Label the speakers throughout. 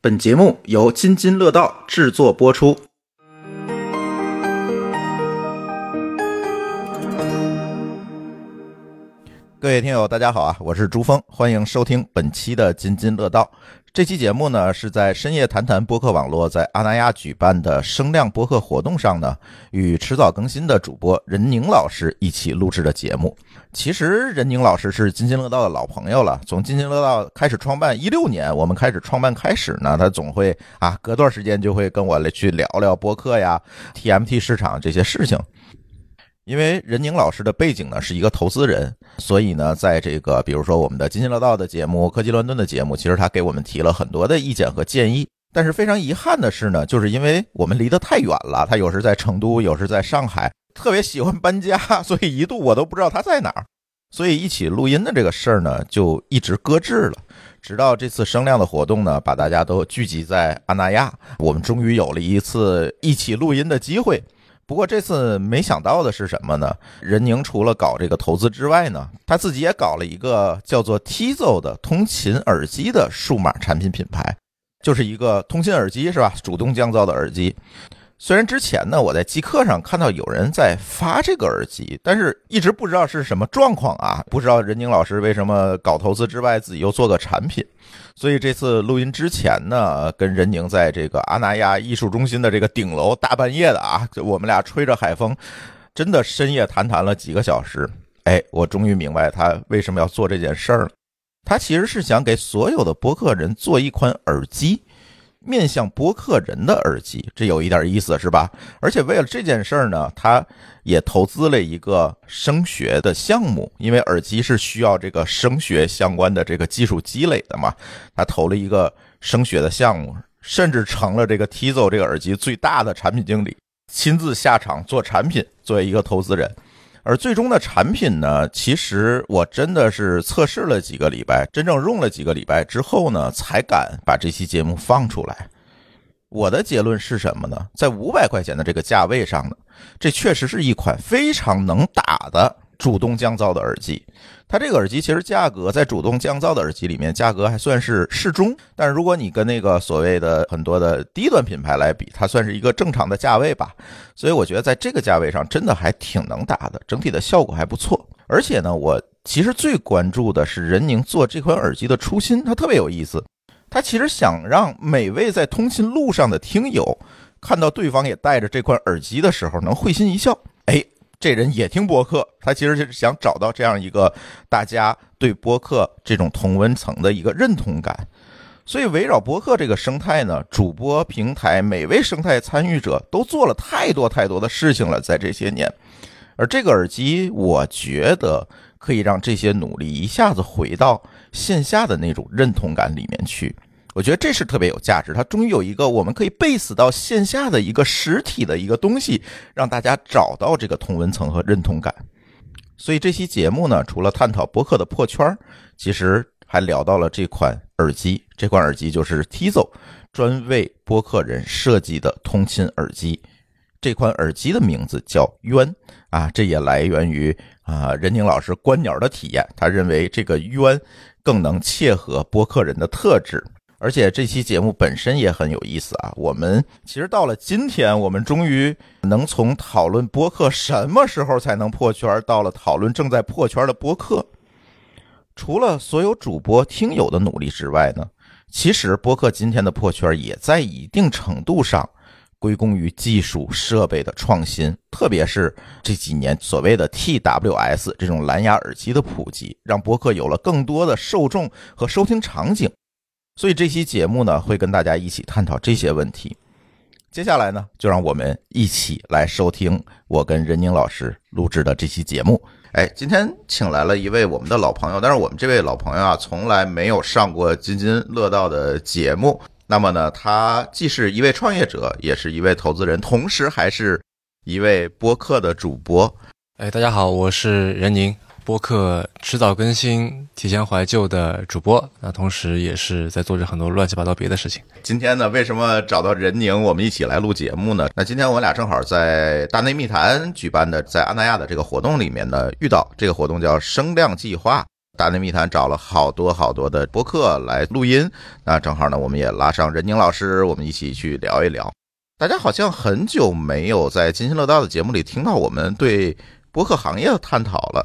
Speaker 1: 本节目由津津乐道制作播出。各位听友，大家好啊，我是朱峰，欢迎收听本期的津津乐道。这期节目呢，是在深夜谈谈播客网络在阿那亚举办的声量播客活动上呢，与迟早更新的主播任宁老师一起录制的节目。其实任宁老师是津津乐道的老朋友了，从津津乐道开始创办一六年，我们开始创办开始呢，他总会啊隔段时间就会跟我来去聊聊播客呀、TMT 市场这些事情。因为任宁老师的背景呢是一个投资人，所以呢，在这个比如说我们的津津乐道的节目、科技乱炖的节目，其实他给我们提了很多的意见和建议。但是非常遗憾的是呢，就是因为我们离得太远了，他有时在成都，有时在上海，特别喜欢搬家， 所以一度我都不知道他在哪儿。所以一起录音的这个事儿呢，就一直搁置了。直到这次声量的活动呢，把大家都聚集在阿那亚，我们终于有了一次一起录音的机会。不过这次没想到的是什么呢？任宁除了搞这个投资之外呢，他自己也搞了一个叫做 Tizo 的通勤耳机的数码产品品牌，就是一个通勤耳机是吧？主动降噪的耳机。虽然之前呢，我在极客上看到有人在发这个耳机，但是一直不知道是什么状况啊，不知道任宁老师为什么搞投资之外自己又做个产品。所以这次录音之前呢，跟任宁在这个阿那亚艺术中心的这个顶楼，大半夜的啊，我们俩吹着海风，真的深夜谈谈了几个小时。哎，我终于明白他为什么要做这件事儿了。他其实是想给所有的播客人做一款耳机，面向播客人的耳机，这有一点意思是吧？而且为了这件事儿呢，他也投资了一个声学的项目，因为耳机是需要这个声学相关的这个技术积累的嘛。他投了一个声学的项目，甚至成了这个 Tizo 这个耳机最大的产品经理，亲自下场做产品，作为一个投资人。而最终的产品呢，其实我真的是测试了几个礼拜，真正用了几个礼拜之后呢，才敢把这期节目放出来。我的结论是什么呢？在五百块钱的这个价位上呢，这确实是一款非常能打的主动降噪的耳机。它这个耳机其实价格在主动降噪的耳机里面，价格还算是适中。但是如果你跟那个所谓的很多的低端品牌来比，它算是一个正常的价位吧。所以我觉得在这个价位上，真的还挺能打的，整体的效果还不错。而且呢，我其实最关注的是任宁做这款耳机的初心，它特别有意思。他其实想让每位在通勤路上的听友看到对方也戴着这款耳机的时候，能会心一笑。哎，这人也听播客，他其实就是想找到这样一个大家对播客这种同温层的一个认同感。所以，围绕播客这个生态呢，主播、平台、每位生态参与者都做了太多太多的事情了，在这些年。而这个耳机，我觉得可以让这些努力一下子回到线下的那种认同感里面去。我觉得这是特别有价值，它终于有一个我们可以 base 到线下的一个实体的一个东西，让大家找到这个同文层和认同感。所以这期节目呢，除了探讨博客的破圈儿，其实还聊到了这款耳机。这款耳机就是 Tizo 专为播客人设计的通勤耳机。这款耳机的名字叫“鸳”啊，这也来源于啊任宁老师观鸟的体验。他认为这个“鸳”更能切合播客人的特质。而且这期节目本身也很有意思啊！我们其实到了今天，我们终于能从讨论播客什么时候才能破圈儿，到了讨论正在破圈儿的播客。除了所有主播听友的努力之外呢，其实播客今天的破圈儿也在一定程度上归功于技术设备的创新，特别是这几年所谓的 TWS 这种蓝牙耳机的普及，让播客有了更多的受众和收听场景。所以这期节目呢，会跟大家一起探讨这些问题。接下来呢，就让我们一起来收听我跟任宁老师录制的这期节目。哎，今天请来了一位我们的老朋友，但是我们这位老朋友啊，从来没有上过津津乐道的节目。那么呢，他既是一位创业者，也是一位投资人，同时还是一位播客的主播。
Speaker 2: 哎，大家好，我是任宁，播客迟早更新、提前怀旧的主播，那同时也是在做着很多乱七八糟别的事情。
Speaker 1: 今天呢，为什么找到任宁，我们一起来录节目呢？那今天我俩正好在大内密谈举办的在阿那亚的这个活动里面呢遇到，这个活动叫声量计划。大内密谈找了好多好多的播客来录音，那正好呢，我们也拉上任宁老师，我们一起去聊一聊。大家好像很久没有在津津乐道的节目里听到我们对播客行业的探讨了。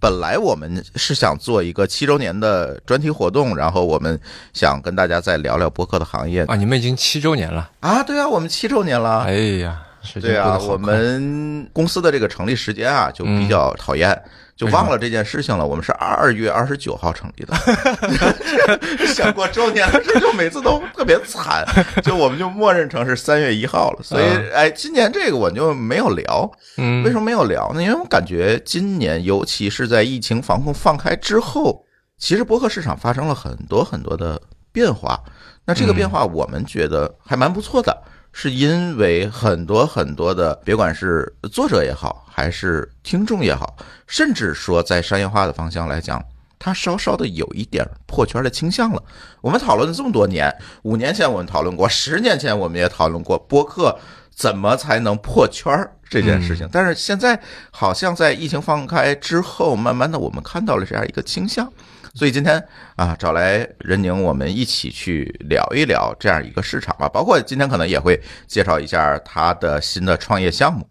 Speaker 1: 本来我们是想做一个七周年的专题活动，然后我们想跟大家再聊聊播客的行业
Speaker 2: 啊！你们已经七周年了，
Speaker 1: 啊，对啊，我们七周年了，
Speaker 2: 哎呀，时间
Speaker 1: 对
Speaker 2: 过
Speaker 1: 啊，
Speaker 2: 得好
Speaker 1: 我
Speaker 2: 快嗯
Speaker 1: 们公司的这个成立时间啊，就比较讨厌，就忘了这件事情了。我们是二月二十九号成 立的，想过周年的时候就每次都特别惨，就我们就默认成是三月一号了。所以，哎，今年这个我就没有聊，
Speaker 2: 嗯
Speaker 1: 为什么没有聊呢？因为我感觉今年，尤其是在疫情防控放开之后，其实博客市场发生了很多很多的变化。那这个变化，我们觉得还蛮不错的，是因为很多很多的，别管是作者也好，还是听众也好，甚至说在商业化的方向来讲。它稍稍的有一点破圈的倾向了。我们讨论了这么多年，五年前我们讨论过，十年前我们也讨论过播客怎么才能破圈儿这件事情。但是现在好像在疫情放开之后，慢慢的我们看到了这样一个倾向。所以今天啊，找来任宁，我们一起去聊一聊这样一个市场吧。包括今天可能也会介绍一下他的新的创业项目。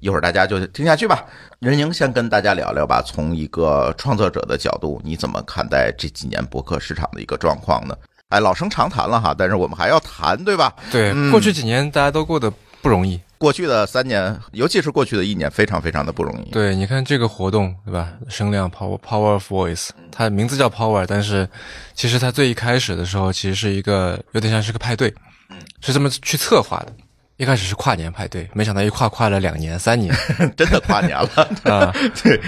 Speaker 1: 一会儿大家就听下去吧。任宁先跟大家聊聊吧，从一个创作者的角度，你怎么看待这几年博客市场的一个状况呢？哎，老生常谈了哈，但是我们还要谈，对吧？
Speaker 2: 对、
Speaker 1: 嗯
Speaker 2: 过去几年大家都过得不容易。
Speaker 1: 过去的三年，尤其是过去的一年，非常非常的不容易。
Speaker 2: 对，你看这个活动，对吧？声量 Power Power of Voice，它
Speaker 1: 嗯
Speaker 2: 名字叫 Power，但是其实它最一开始的时候，其实是一个有点像是个派对，
Speaker 1: 嗯
Speaker 2: 是这么去策划的。一开始是跨年派对，没想到一跨跨了两年、三年
Speaker 1: 真的跨 年了，
Speaker 2: 啊！
Speaker 1: 对，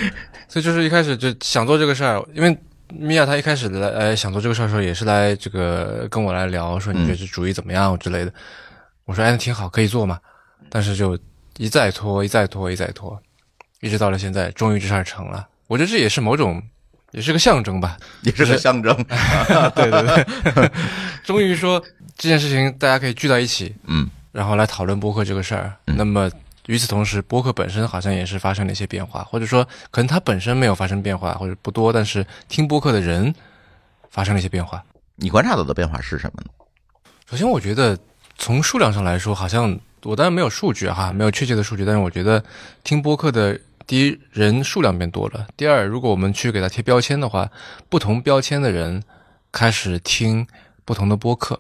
Speaker 2: 所以就是一开始就想做这个事儿，因为米娅她一开始来呃想做这个事儿的时候，也是来这个跟我来聊，说你觉得这主意怎么样之类的。我说哎，那挺好，可以做嘛。但是就一再拖，一再拖，一再拖，一直到了现在，终于这事儿成了。我觉得这也是某种，也是个象征吧。
Speaker 1: 也是个象征。
Speaker 2: 对对对，终于说这件事情大家可以聚到一起，
Speaker 1: 嗯，
Speaker 2: 然后来讨论播客这个事儿。那么与此同时，播客本身好像也是发生了一些变化，或者说可能它本身没有发生变化，或者不多，但是听播客的人发生了一些变化。
Speaker 1: 你观察到的变化是什么呢？
Speaker 2: 首先，我觉得从数量上来说，好像我当然没有数据啊哈，没有确切的数据，但是我觉得听播客的第一人数量变多了，第二，如果我们去给它贴标签的话，不同标签的人开始听不同的播客，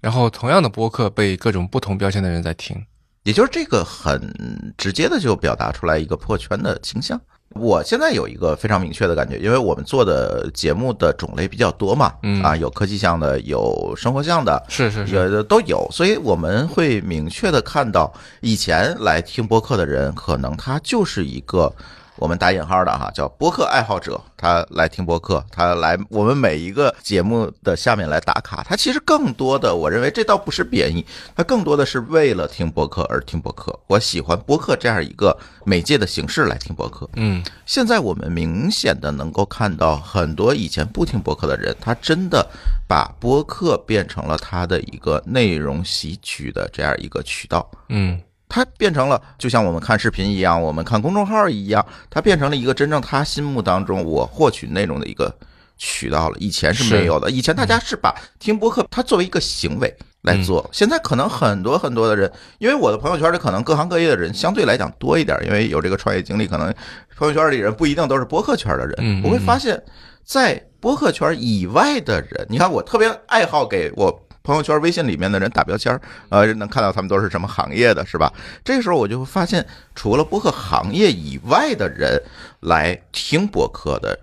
Speaker 2: 然后同样的播客被各种不同标签的人在听。
Speaker 1: 也就是这个很直接的就表达出来一个破圈的倾向。我现在有一个非常明确的感觉，因为我们做的节目的种类比较多嘛，
Speaker 2: 嗯
Speaker 1: 啊，有科技向的，有生活向的，
Speaker 2: 是是是，
Speaker 1: 有的都有，所以我们会明确的看到，以前来听播客的人，可能他就是一个我们打引号的哈，叫播客爱好者，他来听播客，他来我们每一个节目的下面来打卡，他其实更多的，我认为这倒不是贬义，他更多的是为了听播客而听播客，我喜欢播客这样一个媒介的形式来听播客，
Speaker 2: 嗯，
Speaker 1: 现在我们明显的能够看到，很多以前不听播客的人，他真的把播客变成了他的一个内容吸取的这样一个渠道。
Speaker 2: 嗯，
Speaker 1: 它变成了，就像我们看视频一样，我们看公众号一样，它变成了一个真正他心目当中我获取内容的一个渠道了。以前是没有的，以前大家是把听播客它作为一个行为来做，现在可能很多很多的人，因为我的朋友圈里可能各行各业的人相对来讲多一点，因为有这个创业经历，可能朋友圈里人不一定都是播客圈的人
Speaker 2: 嗯，
Speaker 1: 我会发现，在播客圈以外的人，你看我特别爱好给我。朋友圈、微信里面的人打标签儿，呃，能看到他们都是什么行业的，是吧？这时候我就会发现，除了播客行业以外的人来听播客的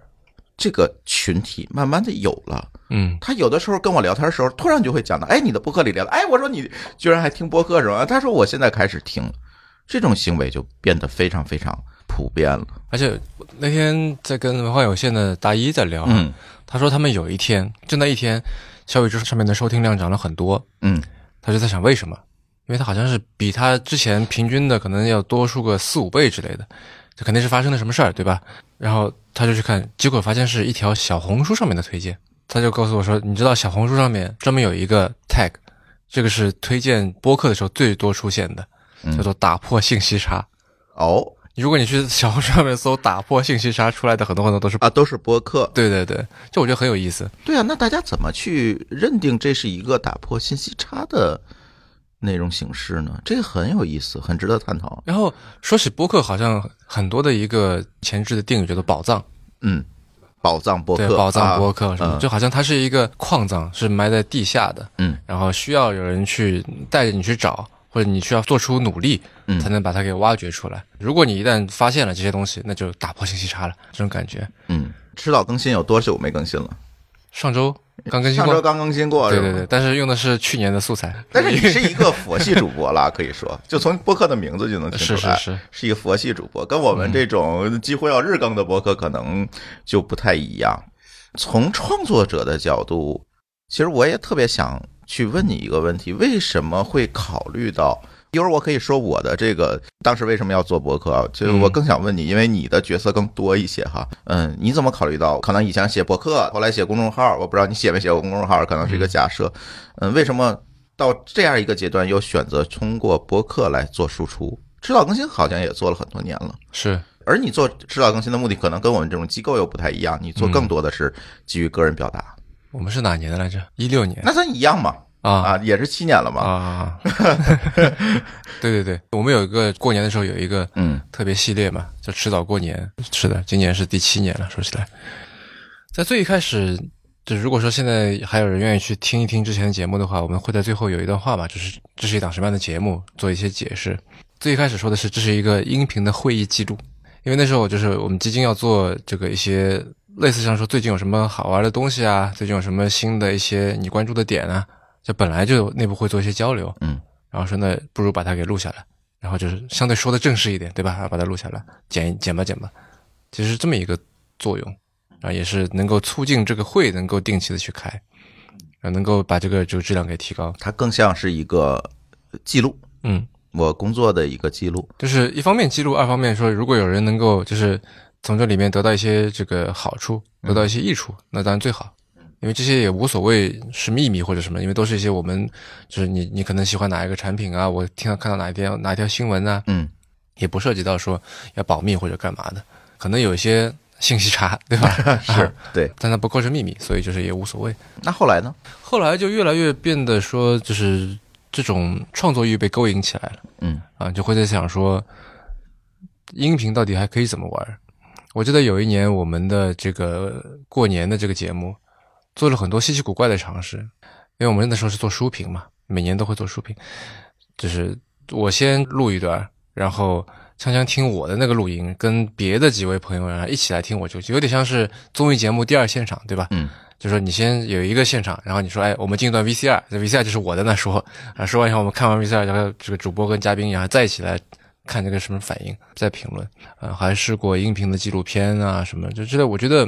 Speaker 1: 这个群体，慢慢的有了。
Speaker 2: 嗯，
Speaker 1: 他有的时候跟我聊天的时候，突然就会讲到，哎，你的播客里聊的，哎，我说你居然还听播客是吧？他说我现在开始听了，这种行为就变得非常非常普遍了。
Speaker 2: 而且那天在跟文化有限的大一在聊，啊
Speaker 1: 嗯
Speaker 2: 他说他们有一天，就那一天，小宇宙上面的收听量涨了很多，
Speaker 1: 嗯，
Speaker 2: 他就在想为什么，因为他好像是比他之前平均的可能要多出个四五倍之类的，这肯定是发生了什么事儿，对吧？然后他就去看，结果发现是一条小红书上面的推荐，他就告诉我说，你知道小红书上面专门有一个 tag，这个
Speaker 1: 嗯
Speaker 2: 是推荐播客的时候最多出现的，叫做打破信息差。
Speaker 1: 哦，
Speaker 2: 如果你去小红书上面搜“打破信息差”，出来的很多很多都是
Speaker 1: 啊，都是播客。
Speaker 2: 对对对，就我觉得很有意思。
Speaker 1: 对啊，那大家怎么去认定这是一个打破信息差的内容形式呢？这个很有意思，很值得探讨。
Speaker 2: 然后说起播客，好像很多的一个前置的定语叫做“宝藏
Speaker 1: 嗯，宝藏”，播
Speaker 2: 对，
Speaker 1: 客，
Speaker 2: 宝藏
Speaker 1: 啊
Speaker 2: 播客什么，
Speaker 1: 嗯
Speaker 2: 就好像它是一个矿藏，是埋在地下的，
Speaker 1: 嗯，
Speaker 2: 然后需要有人去带着你去找，或者你需要做出努力，
Speaker 1: 嗯
Speaker 2: 才能把它给挖掘出来。如果你一旦发现了这些东西，那就打破信息差了，这种感觉。
Speaker 1: 嗯，迟早更新有多久没更新了？
Speaker 2: 上周刚更新
Speaker 1: 上
Speaker 2: 过
Speaker 1: 周，刚更新过，
Speaker 2: 对
Speaker 1: 是
Speaker 2: 对
Speaker 1: 吗
Speaker 2: 对，但是用的是去年的素材，
Speaker 1: 但是你是一个佛系主播 啦，可以说，就从播客的名字就能听
Speaker 2: 是
Speaker 1: 出
Speaker 2: 是
Speaker 1: 来，
Speaker 2: 是嗯
Speaker 1: 一个佛系主播，跟我们这种几乎要日更的播客可能就不太一样。从创作者的角度，其实我也特别想去问你一个问题：为什么会考虑到？一会儿我可以说我的这个当时为什么要做博客啊？就是我更想问你，因为你的角色更多一些哈。嗯，你怎么考虑到可能以前写博客，后来写公众号，我不知道你写没写过公众号，可能是一个假设。嗯，为什么到这样一个阶段又选择通过博客来做输出？迟早更新好像也做了很多年了。
Speaker 2: 是
Speaker 1: 而你做迟早更新的目的，可能跟我们这种机构又不太一样。你做更多的是基于个人表达，
Speaker 2: 我们是哪年的来着？一六年
Speaker 1: 那咱一样嘛，
Speaker 2: 啊
Speaker 1: 啊，也是七年了嘛，
Speaker 2: 啊！对对对，我们有一个过年的时候有一个
Speaker 1: 嗯，
Speaker 2: 特别系列嘛，叫迟早过年。是的，今年是第七年了。说起来，在最一开始，就如果说现在还有人愿意去听一听之前的节目的话，我们会在最后有一段话嘛，就是这是一档什么样的节目，做一些解释。最一开始说的是这是一个音频的会议记录，因为那时候就是我们基金要做这个一些类似像说最近有什么好玩的东西啊，最近有什么新的一些你关注的点啊，就本来就内部会做一些交流，
Speaker 1: 嗯，
Speaker 2: 然后说那不如把它给录下来，然后就是相对说的正式一点，对吧？啊把它录下来，剪剪吧剪吧，其实是这么一个作用，然后也是能够促进这个会能够定期的去开，然后能够把这个这个质量给提高，
Speaker 1: 它更像是一个记录，
Speaker 2: 嗯。
Speaker 1: 我工作的一个记录。
Speaker 2: 就是一方面记录，二方面说，如果有人能够就是从这里面得到一些这个好处，得到一些益处，那当然最好。因为这些也无所谓是秘密或者什么，因为都是一些我们就是你你可能喜欢哪一个产品啊，我听到看到哪一条哪一条新闻啊，
Speaker 1: 嗯，
Speaker 2: 也不涉及到说要保密或者干嘛的，可能有一些信息差，对吧？
Speaker 1: 是对。
Speaker 2: 但它不构成秘密，所以就是也无所谓。
Speaker 1: 那后来呢？
Speaker 2: 后来就越来越变得说，就是这种创作欲被勾引起来了。
Speaker 1: 嗯
Speaker 2: 啊，就会在想说，音频到底还可以怎么玩儿？我记得有一年我们的这个过年的这个节目，做了很多稀奇古怪的尝试，因为我们那时候是做书评嘛，每年都会做书评，就是我先录一段儿，然后锵锵听我的那个录音，跟别的几位朋友然啊后一起来听我就有点像是综艺节目第二现场，对吧？
Speaker 1: 嗯
Speaker 2: 就说你先有一个现场，然后你说，哎，我们进一段 VCR，这 VCR 就是我在那说啊，说完以后我们看完 VCR，然后这个主播跟嘉宾然后再一起来看这个什么反应，再评论啊，还试过音频的纪录片啊什么，就之类，我觉得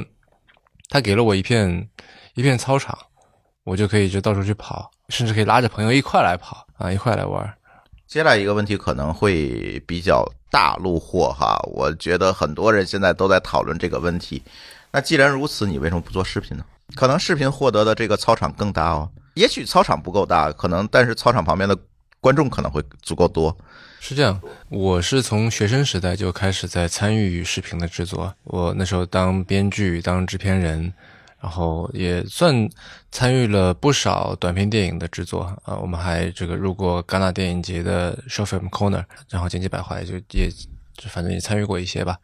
Speaker 2: 他给了我一片一片操场，我就可以就到处去跑，甚至可以拉着朋友一块来跑啊，一块来玩儿。
Speaker 1: 接下来一个问题可能会比较大路货哈，我觉得很多人现在都在讨论这个问题。那既然如此，你为什么不做视频呢？可能视频获得的这个操场更大哦，也许操场不够大，可能但是操场旁边的观众可能会足够多。
Speaker 2: 是这样，我是从学生时代就开始在参与视频的制作。我那时候当编剧、当制片人，然后也算参与了不少短片电影的制作啊、我们还这个入过戛纳电影节的 Short Film Corner，然后剪辑百怀就也就反正也参与过一些吧。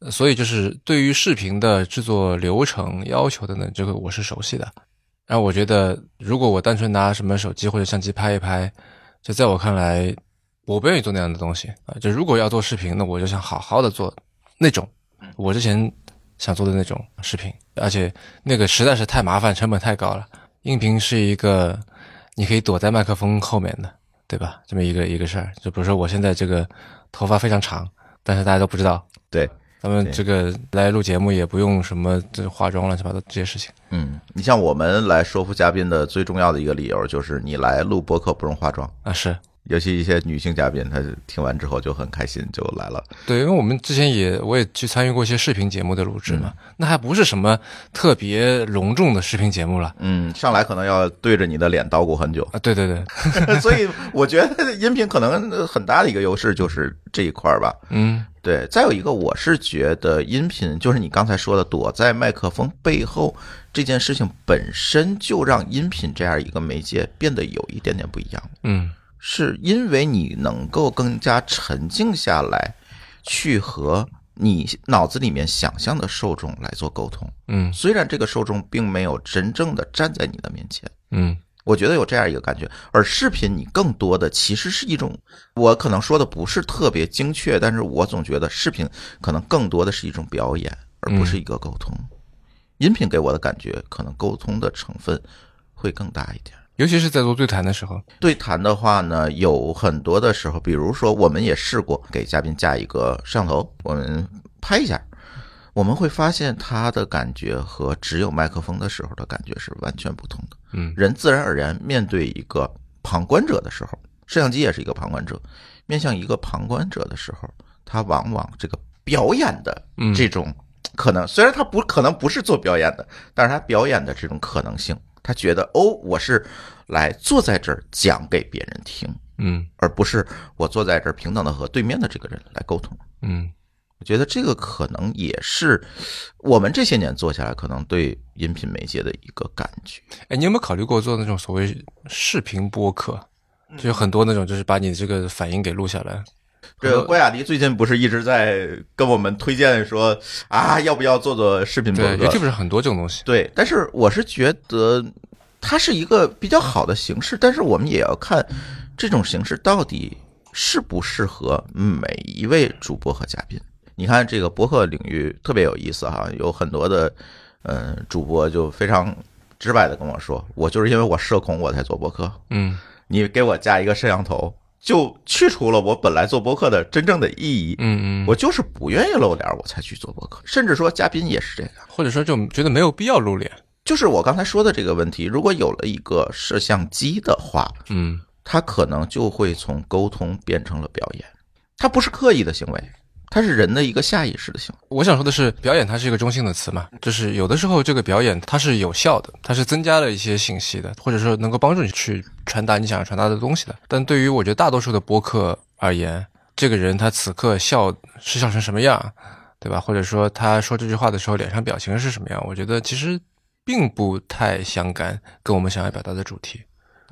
Speaker 2: 呃所以就是对于视频的制作流程要求的呢，这个我是熟悉的。然后我觉得，如果我单纯拿什么手机或者相机拍一拍，就在我看来，我不愿意做那样的东西啊。就如果要做视频，那我就想好好的做那种我之前想做的那种视频，而且那个实在是太麻烦，成本太高了。音频是一个你可以躲在麦克风后面的，对吧？这么一个一个事儿。就比如说我现在这个头发非常长，但是大家都不知道，
Speaker 1: 对，
Speaker 2: 咱们
Speaker 1: 对
Speaker 2: 这个来录节目也不用什么这化妆乱七八糟这些事情。
Speaker 1: 嗯，你像我们来说服嘉宾的最重要的一个理由就是，你来录播客不用化妆，
Speaker 2: 啊，是
Speaker 1: 尤其一些女性嘉宾，她听完之后就很开心，就来了。
Speaker 2: 对，因为我们之前也我也去参与过一些视频节目的录制嘛，那还不是什么特别隆重的视频节目了
Speaker 1: 嗯，上来可能要对着你的脸捣鼓很久，
Speaker 2: 啊。对对 对，
Speaker 1: 所以我觉得音频可能很大的一个优势就是这一块儿吧。
Speaker 2: 嗯，
Speaker 1: 对，再有一个，我是觉得音频就是你刚才说的躲在麦克风背后这件事情本身就让音频这样一个媒介变得有一点点不一样，
Speaker 2: 嗯
Speaker 1: 是因为你能够更加沉静下来，去和你脑子里面想象的受众来做沟通。
Speaker 2: 嗯
Speaker 1: 虽然这个受众并没有真正的站在你的面前，
Speaker 2: 嗯
Speaker 1: 我觉得有这样一个感觉。而视频你更多的其实是一种，我可能说的不是特别精确，但是我总觉得视频可能更多的是一种表演，而不是一个沟通。音频给我的感觉，可能沟通的成分会更大一点。
Speaker 2: 尤其是在做对谈的时候，
Speaker 1: 对谈的话呢，有很多的时候，比如说我们也试过给嘉宾架一个摄像头，我们拍一下，我们会发现他的感觉和只有麦克风的时候的感觉是完全不同的。
Speaker 2: 嗯
Speaker 1: 人自然而然面对一个旁观者的时候，摄像机也是一个旁观者，面向一个旁观者的时候，他往往这个表演的
Speaker 2: 嗯
Speaker 1: 这种可能，虽然他不可能不是做表演的，但是他表演的这种可能性，他觉得哦，我是来坐在这儿讲给别人听，
Speaker 2: 嗯
Speaker 1: 而不是我坐在这儿平等的和对面的这个人来沟通。
Speaker 2: 嗯
Speaker 1: 我觉得这个可能也是我们这些年做下来，可能对音频媒介的一个感觉。
Speaker 2: 哎，你有没有考虑过做那种所谓视频播客？就有很多那种，就是把你这个反应给录下来。
Speaker 1: 这个郭雅迪最近不是一直在跟我们推荐说啊，要不要做做视频博
Speaker 2: 对
Speaker 1: 客？
Speaker 2: ，YouTube 上很多这种东西。
Speaker 1: 对，但是我是觉得它是一个比较好的形式，但是我们也要看这种形式到底适不适合每一位主播和嘉宾。你看这个博客领域特别有意思哈，有很多的嗯、呃主播就非常直白的跟我说，我就是因为我社恐我才做博客，
Speaker 2: 嗯
Speaker 1: 你给我加一个摄像头，就去除了我本来做播客的真正的意义。
Speaker 2: 嗯嗯，
Speaker 1: 我就是不愿意露脸，我才去做播客。甚至说嘉宾也是这样，
Speaker 2: 或者说就觉得没有必要露脸。
Speaker 1: 就是我刚才说的这个问题，如果有了一个摄像机的话，
Speaker 2: 嗯
Speaker 1: 它可能就会从沟通变成了表演，它不是刻意的行为，它是人的一个下意识的行为。
Speaker 2: 我想说的是，表演它是一个中性的词嘛，就是有的时候这个表演它是有效的，它是增加了一些信息的，或者说能够帮助你去传达你想要传达的东西的。但对于我觉得大多数的播客而言，这个人他此刻笑是笑成什么样，对吧？或者说他说这句话的时候脸上表情是什么样，我觉得其实并不太相干跟我们想要表达的主题。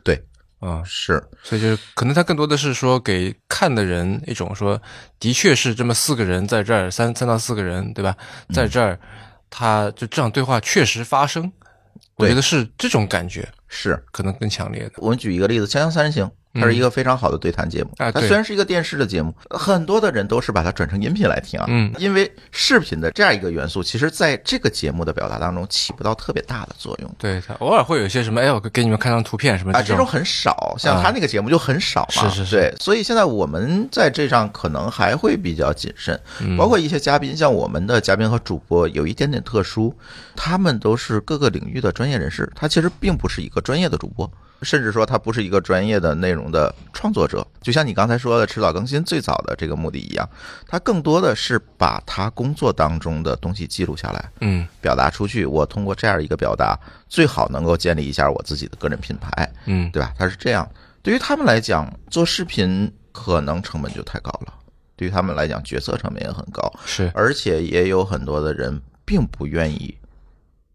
Speaker 1: 对，
Speaker 2: 嗯，
Speaker 1: 是，
Speaker 2: 所以就是可能它更多的是说给看的人一种说，的确是这么四个人在这儿，三三到四个人，对吧？
Speaker 1: 嗯
Speaker 2: 在这儿，他就这场对话确实发生，我
Speaker 1: 对
Speaker 2: 觉得是这种感觉
Speaker 1: 是。
Speaker 2: 可能更强烈的。
Speaker 1: 我们举一个例子，《锵锵三人行》，它是一个非常好的对谈节目。
Speaker 2: 嗯啊
Speaker 1: 它
Speaker 2: 对
Speaker 1: 虽然是一个电视的节目，很多的人都是把它转成音频来听啊。
Speaker 2: 嗯，
Speaker 1: 因为视频的这样一个元素，其实在这个节目的表达当中起不到特别大的作用。
Speaker 2: 对他偶尔会有一些什么，哎，我给你们看张图片什么
Speaker 1: 啊，
Speaker 2: 嗯
Speaker 1: 这
Speaker 2: 这种，
Speaker 1: 种很少，像
Speaker 2: 啊
Speaker 1: 他那个节目就很少嘛。
Speaker 2: 是是是
Speaker 1: 对，所以现在我们在这上可能还会比较谨慎，
Speaker 2: 嗯
Speaker 1: 包括一些嘉宾，像我们的嘉宾和主播有一点点特殊，他们都是各个领域的专业人士，他其实并不是一个专业的主播。甚至说他不是一个专业的内容的创作者，就像你刚才说的迟早更新最早的这个目的一样，他更多的是把他工作当中的东西记录下来，
Speaker 2: 嗯
Speaker 1: 表达出去。我通过这样一个表达，最好能够建立一下我自己的个人品牌。
Speaker 2: 嗯，
Speaker 1: 对吧？它是这样。对于他们来讲，做视频可能成本就太高了，对于他们来讲，决策成本也很高，
Speaker 2: 是
Speaker 1: 而且也有很多的人并不愿意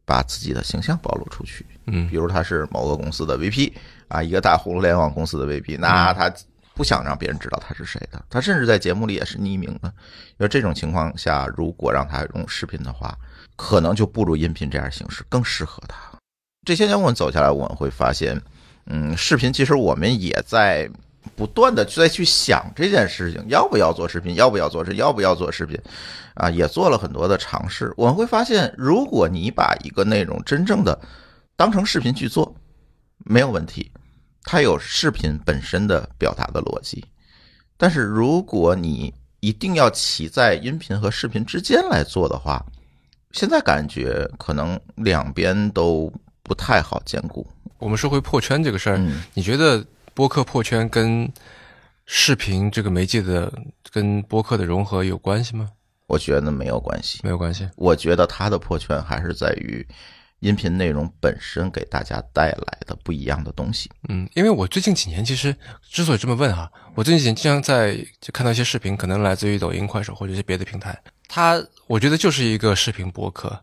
Speaker 1: 把自己的形象暴露出去。
Speaker 2: 嗯
Speaker 1: 比如他是某个公司的 VP 啊，一个大互联网公司的 VP，那
Speaker 2: 嗯
Speaker 1: 他不想让别人知道他是谁的，他甚至在节目里也是匿名的。因为这种情况下，如果让他用视频的话，可能就不如音频这样形式更适合他。这些年我们走下来，我们会发现，嗯，视频其实我们也在不断的再去想这件事情，要不要做视频，要不要做这，要不要做视频，啊，也做了很多的尝试。我们会发现，如果你把一个内容真正的当成视频去做，没有问题，它有视频本身的表达的逻辑。但是如果你一定要骑在音频和视频之间来做的话，现在感觉可能两边都不太好兼顾。
Speaker 2: 我们说回破圈这个事儿，
Speaker 1: 嗯
Speaker 2: 你觉得播客破圈跟视频这个媒介的跟播客的融合有关系吗？
Speaker 1: 我觉得没有关系，
Speaker 2: 没有关系。
Speaker 1: 我觉得它的破圈还是在于音频内容本身给大家带来的不一样的东西。
Speaker 2: 嗯，因为我最近几年其实之所以这么问哈、啊我最近几年经常在就看到一些视频，可能来自于抖音、快手或者是别的平台，它我觉得就是一个视频博客，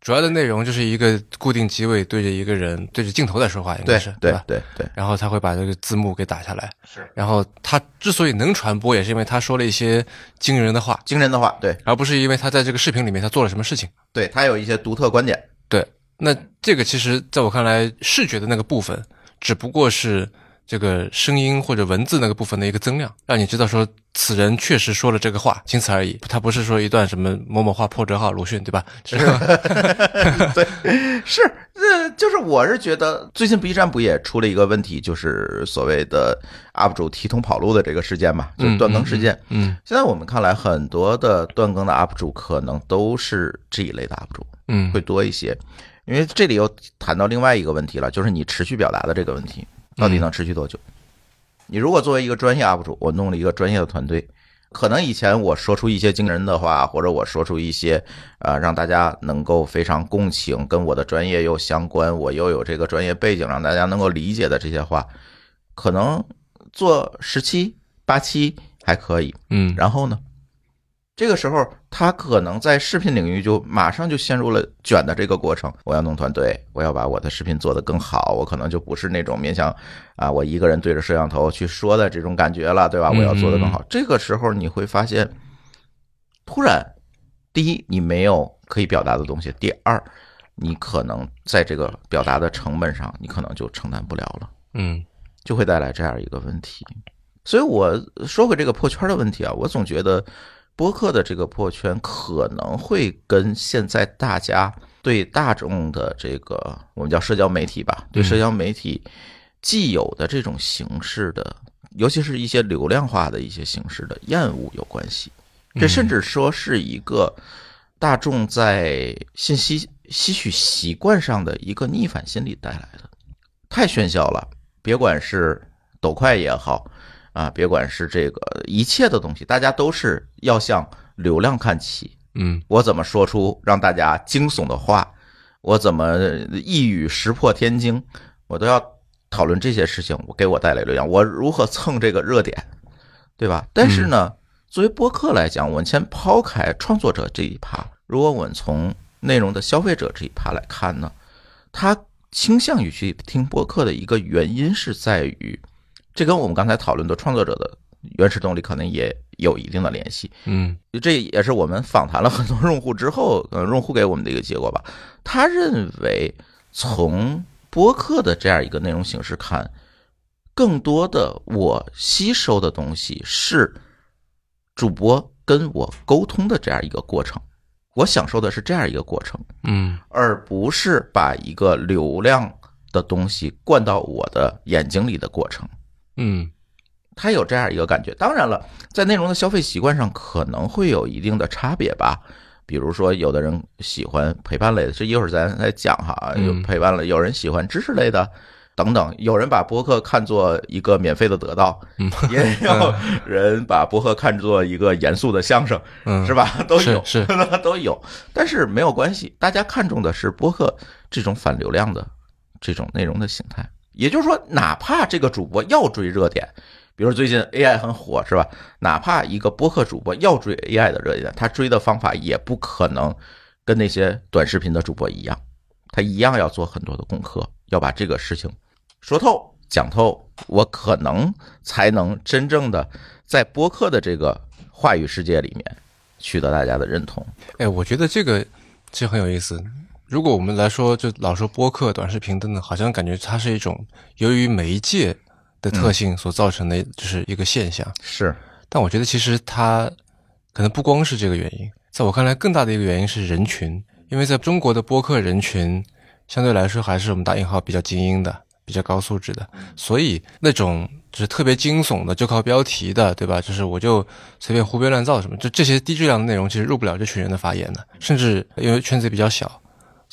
Speaker 2: 主要的内容就是一个固定机位对着一个人对着镜头在说话，应该
Speaker 1: 对
Speaker 2: 是
Speaker 1: 对
Speaker 2: 吧？
Speaker 1: 对对，
Speaker 2: 然后他会把这个字幕给打下来，
Speaker 3: 是
Speaker 2: 然后他之所以能传播，也是因为他说了一些惊人的话，
Speaker 1: 惊人的话，对
Speaker 2: 而不是因为他在这个视频里面他做了什么事情。
Speaker 1: 对，它有一些独特观点。
Speaker 2: 对，那这个其实在我看来，视觉的那个部分只不过是这个声音或者文字那个部分的一个增量，让你知道说此人确实说了这个话，仅此而已。他不是说一段什么某某话破折号鲁迅，对吧？是吧
Speaker 1: 是，呃，就是我是觉得最近 B 站不也出了一个问题，就是所谓的 UP 主提桶跑路的这个事件嘛， 就是断更事件。
Speaker 2: 嗯
Speaker 1: 现在我们看来，很多的断更的 UP 主可能都是这一类的 UP 主
Speaker 2: 嗯
Speaker 1: 会多一些，因为这里又谈到另外一个问题了，就是你持续表达的这个问题，到底能持续多久？你如果作为一个专业 UP 主，我弄了一个专业的团队，可能以前我说出一些惊人的话，或者我说出一些呃让大家能够非常共情，跟我的专业又相关，我又有这个专业背景，让大家能够理解的这些话，可能做十期八期还可以，
Speaker 2: 嗯
Speaker 1: 然后呢，这个时候他可能在视频领域就马上就陷入了卷的这个过程。我要弄团队，我要把我的视频做得更好，我可能就不是那种面向啊我一个人对着摄像头去说的这种感觉了，对吧？
Speaker 2: 嗯
Speaker 1: 我要做得更好。这个时候你会发现，突然，第一，你没有可以表达的东西；第二，你可能在这个表达的成本上，你可能就承担不了了。
Speaker 2: 嗯
Speaker 1: 就会带来这样一个问题。所以我说回这个破圈的问题啊，我总觉得播客的这个破圈可能会跟现在大家对大众的这个我们叫社交媒体吧，对社交媒体既有的这种形式的，尤其是一些流量化的一些形式的厌恶有关系。这甚至说是一个大众在信息吸取习惯上的一个逆反心理带来的。太喧嚣了，别管是抖快也好，啊，别管是这个一切的东西，大家都是要向流量看齐。
Speaker 2: 嗯
Speaker 1: 我怎么说出让大家惊悚的话？我怎么一语石破天惊？我都要讨论这些事情，我给我带来流量，我如何蹭这个热点，对吧？但是呢，作为播客来讲，我们先抛开创作者这一趴，如果我们从内容的消费者这一趴来看呢，他倾向于去听播客的一个原因是在于，这跟我们刚才讨论的创作者的原始动力可能也有一定的联系。
Speaker 2: 嗯
Speaker 1: 这也是我们访谈了很多用户之后，呃，用户给我们的一个结果吧。他认为，从播客的这样一个内容形式看，更多的我吸收的东西是主播跟我沟通的这样一个过程，我享受的是这样一个过程，
Speaker 2: 嗯
Speaker 1: 而不是把一个流量的东西灌到我的眼睛里的过程。
Speaker 2: 嗯
Speaker 1: 他有这样一个感觉。当然了，在内容的消费习惯上可能会有一定的差别吧。比如说，有的人喜欢陪伴类的，这一会儿咱再讲哈，
Speaker 2: 嗯
Speaker 1: 有陪伴类，有人喜欢知识类的。等等，有人把播客看作一个免费的得到，
Speaker 2: 嗯
Speaker 1: 也有人把播客看作一个严肃的相声，
Speaker 2: 嗯，
Speaker 1: 是？吧？都有，
Speaker 2: 是
Speaker 1: 都有。但是没有关系，大家看重的是播客这种反流量的这种内容的形态。也就是说，哪怕这个主播要追热点，比如最近 AI 很火，是吧？哪怕一个播客主播要追 AI 的热点，他追的方法也不可能跟那些短视频的主播一样，他一样要做很多的功课，要把这个事情说透、讲透，我可能才能真正的在播客的这个话语世界里面取得大家的认同。
Speaker 2: 哎，我觉得这个其实很有意思。如果我们来说，就老说播客、短视频等等，好像感觉它是一种由于媒介的特性所造成的，就是一个现象。
Speaker 1: 是，
Speaker 2: 但我觉得其实它可能不光是这个原因，在我看来，更大的一个原因是人群，因为在中国的播客人群相对来说还是我们打引号比较精英的、比较高素质的，所以那种就是特别惊悚的，就靠标题的，对吧？就是我就随便胡编乱造什么，就这些低质量的内容其实入不了这群人的法眼的，甚至呃因为圈子比较小。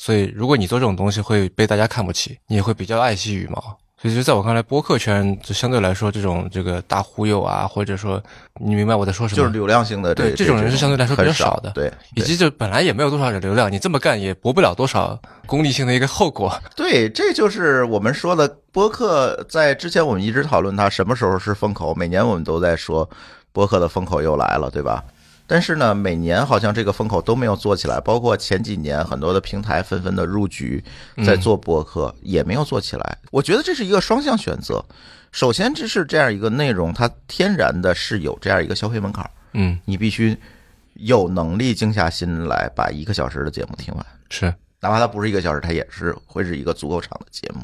Speaker 2: 所以，如果你做这种东西会被大家看不起，你也会比较爱惜羽毛。所以，就在我看来，播客圈就相对来说，这种这个大忽悠啊，或者说你明白我在说什么，
Speaker 1: 就是流量性的这
Speaker 2: 对这种人是相对来说比较
Speaker 1: 很
Speaker 2: 少
Speaker 1: 少
Speaker 2: 的
Speaker 1: 对，
Speaker 2: 以及就本来也没有多少流量，你这么干也博不了多少功利性的一个后果。
Speaker 1: 对，这就是我们说的播客。在之前我们一直讨论它什么时候是风口，每年我们都在说播客的风口又来了，对吧？但是呢，每年好像这个风口都没有做起来，包括前几年很多的平台纷纷的入局，
Speaker 2: 嗯
Speaker 1: 在做播客、也没有做起来。我觉得这是一个双向选择。首先，这是这样一个内容，它天然的是有这样一个消费门槛儿，
Speaker 2: 嗯，
Speaker 1: 你必须有能力静下心来把一个小时的节目听完。
Speaker 2: 是，
Speaker 1: 哪怕它不是一个小时，它也是会是一个足够长的节目，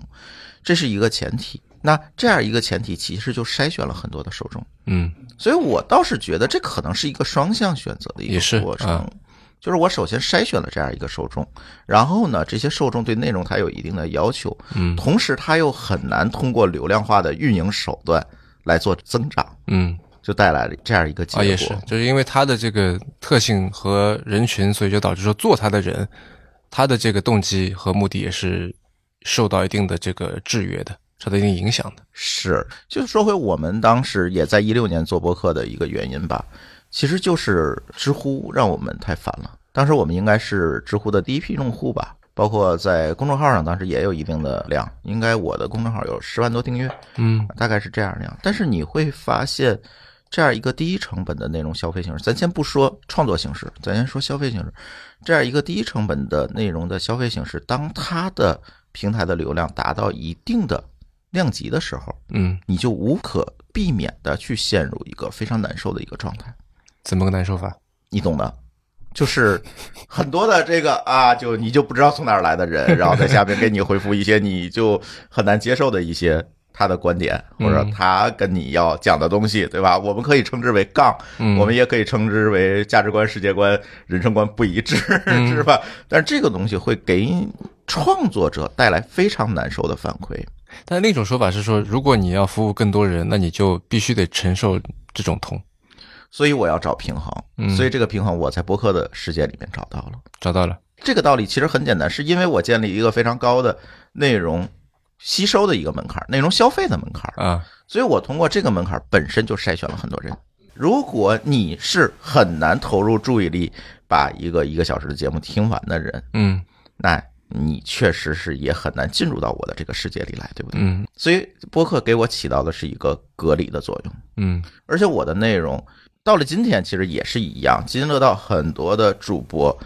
Speaker 1: 这是一个前提。那这样一个前提，其实就筛选了很多的受众，
Speaker 2: 嗯，
Speaker 1: 所以我倒是觉得这可能是一个双向选择的一
Speaker 2: 也是
Speaker 1: 个过程，
Speaker 2: 啊
Speaker 1: 就是我首先筛选了这样一个受众，然后呢，这些受众对内容它有一定的要求，
Speaker 2: 嗯
Speaker 1: 同时它又很难通过流量化的运营手段来做增长，
Speaker 2: 嗯，
Speaker 1: 就带来了这样一个结果。
Speaker 2: 啊，也是，就是因为它的这个特性和人群，所以就导致说做它的人，他的这个动机和目的也是受到一定的这个制约的，受到一定影响的。
Speaker 1: 是，就是说回我们当时也在一六年做播客的一个原因吧，其实就是知乎让我们太烦了。当时我们应该是知乎的第一批用户吧，包括在公众号上，当时也有一定的量，应该我的公众号有十万多订阅，
Speaker 2: 嗯
Speaker 1: 大概是这样量。但是你会发现，这样一个低成本的内容消费形式，咱先不说创作形式，咱先说消费形式，这样一个低成本的内容的消费形式，当它的平台的流量达到一定的量级的时候，
Speaker 2: 嗯，
Speaker 1: 你就无可避免的去陷入一个非常难受的一个状态，
Speaker 2: 怎么个难受法？
Speaker 1: 你懂的。就是很多的这个啊，就你就不知道从哪儿来的人，然后在下面给你回复一些你就很难接受的一些他的观点，或者
Speaker 2: 嗯
Speaker 1: 他跟你要讲的东西，对吧？我们可以称之为杠，
Speaker 2: 嗯，
Speaker 1: 我们也可以称之为价值观、世界观、人生观不一致， 是吧？但是这个东西会给创作者带来非常难受的反馈。
Speaker 2: 但另一种说法是说，如果你要服务更多人，那你就必须得承受这种痛，
Speaker 1: 所以我要找平衡，
Speaker 2: 嗯
Speaker 1: 所以这个平衡我在播客的世界里面找到了。
Speaker 2: 找到了。
Speaker 1: 这个道理其实很简单，是因为我建立一个非常高的内容吸收的一个门槛，内容消费的门槛，
Speaker 2: 啊，
Speaker 1: 所以我通过这个门槛本身就筛选了很多人。如果你是很难投入注意力把一个一个小时的节目听完的人，
Speaker 2: 嗯
Speaker 1: 那你确实是也很难进入到我的这个世界里来，对不对？
Speaker 2: 嗯
Speaker 1: 所以播客给我起到的是一个隔离的作用。
Speaker 2: 嗯
Speaker 1: 而且我的内容到了今天其实也是一样，津津乐道很多的主播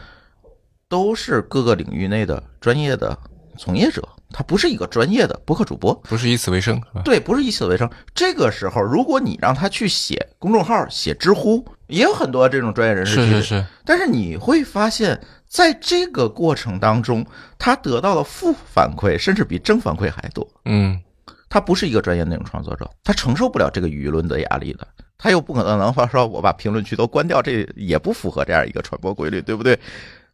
Speaker 1: 都是各个领域内的专业的从业者，他不是一个专业的播客主播，
Speaker 2: 不是以此为生是吧？
Speaker 1: 对，不是以此为生。这个时候，如果你让他去写公众号、写知乎，也有很多这种专业人士去
Speaker 2: 是是是，
Speaker 1: 但是你会发现，在这个过程当中，他得到的负反馈甚至比正反馈还多。
Speaker 2: 嗯
Speaker 1: 他不是一个专业内容创作者，他承受不了这个舆论的压力的。他又不可能说我把评论区都关掉，这也不符合这样一个传播规律，对不对？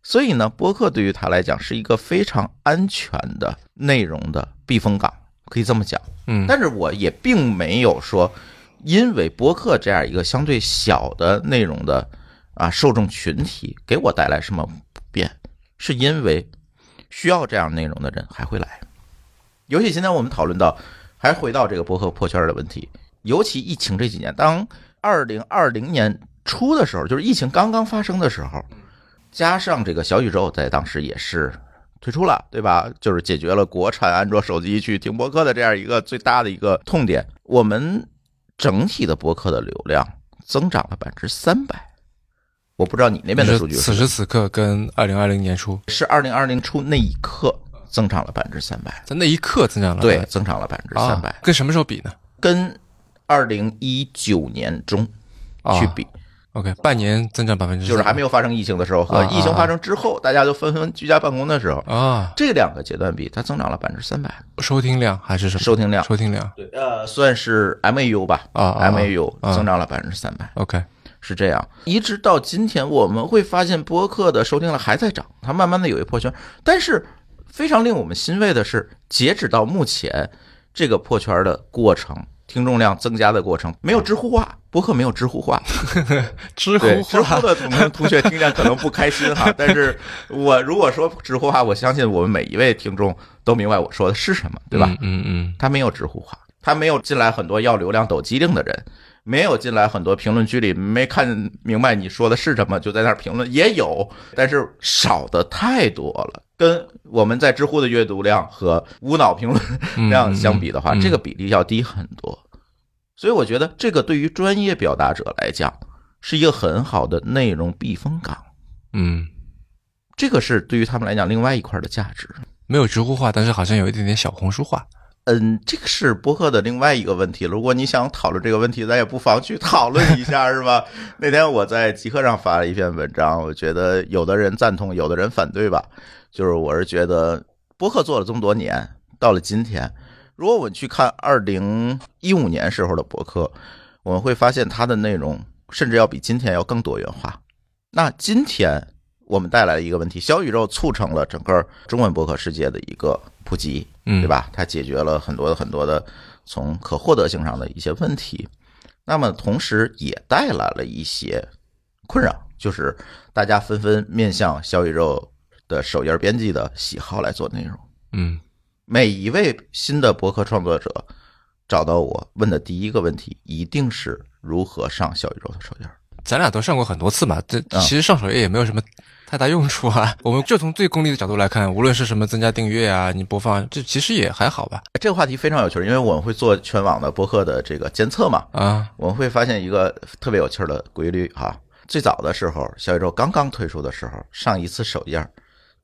Speaker 1: 所以呢，播客对于他来讲是一个非常安全的内容的避风港，可以这么讲。
Speaker 2: 嗯
Speaker 1: 但是我也并没有说，因为播客这样一个相对小的内容的啊受众群体给我带来什么不便，是因为需要这样内容的人还会来。尤其现在我们讨论到，还回到这个播客破圈的问题，尤其疫情这几年，当二零二零年初的时候，就是疫情刚刚发生的时候，加上这个小宇宙在当时也是推出了，对吧？就是解决了国产安卓手机去听播客的这样一个最大的一个痛点。我们整体的播客的流量增长了百分之三百，我不知道你那边的数据
Speaker 2: 就是此
Speaker 1: 是
Speaker 2: 时此刻跟二零二零年初，
Speaker 1: 是二零二零初那一刻增长了百分之三百，
Speaker 2: 在那一刻增长了
Speaker 1: 对，增长了百分之三
Speaker 2: 啊
Speaker 1: 百，，
Speaker 2: 跟什么时候比呢？
Speaker 1: 跟二零一九年中
Speaker 2: 啊
Speaker 1: 去比，
Speaker 2: OK，半年增长百分之
Speaker 1: 就是还没
Speaker 2: 有
Speaker 1: 有发生疫情的时候和
Speaker 2: 啊啊
Speaker 1: 疫情发生之后，大家就纷纷居家办公的时候，
Speaker 2: 啊，
Speaker 1: 这两个阶段比它增长了百分之三百，
Speaker 2: 收听量还是什么？
Speaker 1: 收听量
Speaker 2: 收听量
Speaker 1: 对，呃，算是 MAU 吧，
Speaker 2: 啊啊啊
Speaker 1: m a u
Speaker 2: 啊
Speaker 1: 增长了百分之三百，
Speaker 2: ，OK，
Speaker 1: 是这样。一直到今天，我们会发现播客的收听量还在涨，它慢慢的有一破圈。但是非常令我们欣慰的是，截止到目前，这个破圈的过程听众量增加的过程，没有知乎 化，播客没有知乎化，
Speaker 2: 知 乎
Speaker 1: 对，知
Speaker 2: 化
Speaker 1: 乎的同同学听见可能不开心哈，但是我如果说知乎化，我相信我们每一位听众都明白我说的是什么，对吧？？
Speaker 2: 嗯嗯
Speaker 1: 他没有知乎化，他没有进来很多要流量抖机灵的人，没有进来很多评论区里没看明白你说的是什么就在那儿评论，也有，但是少的太多了。跟我们在知乎的阅读量和无脑评论
Speaker 2: 嗯，
Speaker 1: 量相比的话，
Speaker 2: 嗯嗯
Speaker 1: 这个比例要低很多。所以我觉得这个对于专业表达者来讲，是一个很好的内容避风港。
Speaker 2: 嗯
Speaker 1: 这个是对于他们来讲另外一块的价值。
Speaker 2: 没有知乎化，但是好像有一点点小红书化。
Speaker 1: 嗯，这个是博客的另外一个问题。如果你想讨论这个问题，咱也不妨去讨论一下，是 吧？那天我在极客上发了一篇文章，我觉得有的人赞同，有的人反对吧。就是我是觉得博客做了这么多年，到了今天，如果我们去看二零一五年时候的博客，我们会发现它的内容甚至要比今天要更多元化。那今天我们带来了一个问题，小宇宙促成了整个中文博客世界的一个普及，
Speaker 2: 嗯
Speaker 1: 对吧？它解决了很多很多的从可获得性上的一些问题，那么同时也带来了一些困扰，就是大家纷纷面向小宇宙的首页编辑的喜好来做内容。
Speaker 2: 嗯
Speaker 1: 每一位新的博客创作者找到我问的第一个问题，一定是如何上小宇宙的首页。
Speaker 2: 咱俩都上过很多次嘛，这
Speaker 1: 嗯
Speaker 2: 其实上首页也没有什么太大用处啊。 我们就从最功利的角度来看，无论是什么增加订阅啊，你播放，这其实也还好吧。
Speaker 1: 这个话题非常有趣，因为我们会做全网的博客的这个监测嘛，
Speaker 2: 啊，
Speaker 1: 我们会发现一个特别有趣儿的规律哈、最早的时候，小宇宙刚刚推出的时候，上一次首页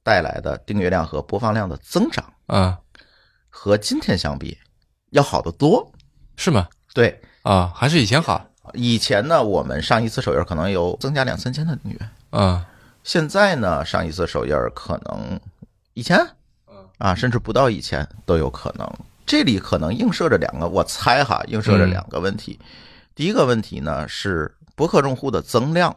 Speaker 1: 带来的订阅量和播放量的增长，
Speaker 2: 啊，
Speaker 1: 和今天相比要好得多。
Speaker 2: 是吗？
Speaker 1: 对，
Speaker 2: 啊，还是以前好。
Speaker 1: 以前呢，我们上一次首页可能有增加两三千的订阅，
Speaker 2: 啊，
Speaker 1: 现在呢，上一次首页可能一千，啊，甚至不到一千都有可能。这里可能映射着两个，我猜哈，映射着两个问题。第一个问题呢是博客用户的增量，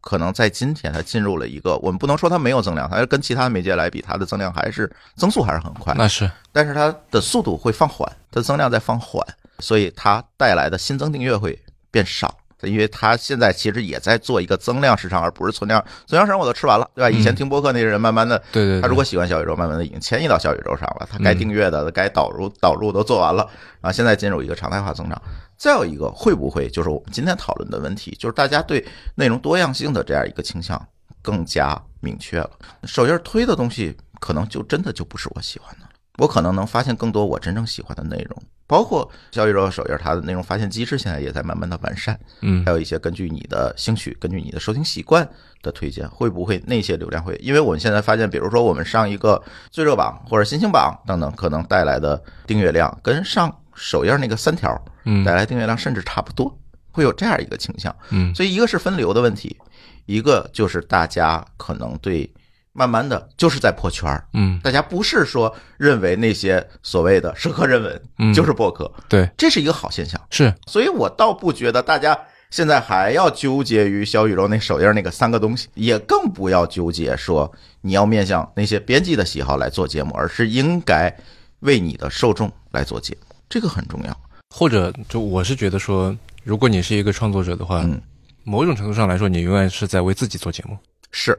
Speaker 1: 可能在今天它进入了一个，我们不能说它没有增量，它跟其他媒介来比，它的增量还是增速还是很快，
Speaker 2: 那是
Speaker 1: 但是它的速度会放缓，它增量在放缓，所以它带来的新增订阅会变少。因为它现在其实也在做一个增量市场，而不是存量。存量市场我都吃完了，对吧？以前听播客那些人，慢慢的，
Speaker 2: 对对对
Speaker 1: 他如果喜欢小宇宙，慢慢的已经迁移到小宇宙上了。他该订阅的、该导入导入都做完了，然后现在进入一个常态化增长。再有一个，会不会就是我们今天讨论的问题，就是大家对内容多样性的这样一个倾向更加明确了？首页推的东西可能就真的就不是我喜欢的了，我可能能发现更多我真正喜欢的内容。包括小宇宙首页，它的内容发现机制现在也在慢慢的完善，
Speaker 2: 嗯
Speaker 1: 还有一些根据你的兴趣、根据你的收听习惯的推荐，会不会那些流量会？因为我们现在发现，比如说我们上一个最热榜或者新星榜等等，可能带来的订阅量跟上首页那个三条
Speaker 2: 嗯
Speaker 1: 带来订阅量甚至差不多，会有这样一个倾向。
Speaker 2: 嗯
Speaker 1: 所以一个是分流的问题，一个就是大家可能对慢慢的就是在破圈儿。
Speaker 2: 嗯，
Speaker 1: 大家不是说认为那些所谓的社科人文
Speaker 2: 嗯
Speaker 1: 就是博客，
Speaker 2: 对，
Speaker 1: 这是一个好现象。
Speaker 2: 是
Speaker 1: 所以我倒不觉得大家现在还要纠结于小宇宙那首页那个三个东西，也更不要纠结说你要面向那些编辑的喜好来做节目，而是应该为你的受众来做节目，这个很重要。
Speaker 2: 或者就我是觉得说，如果你是一个创作者的话，
Speaker 1: 嗯
Speaker 2: 某种程度上来说，你永远是在为自己做节目。
Speaker 1: 是，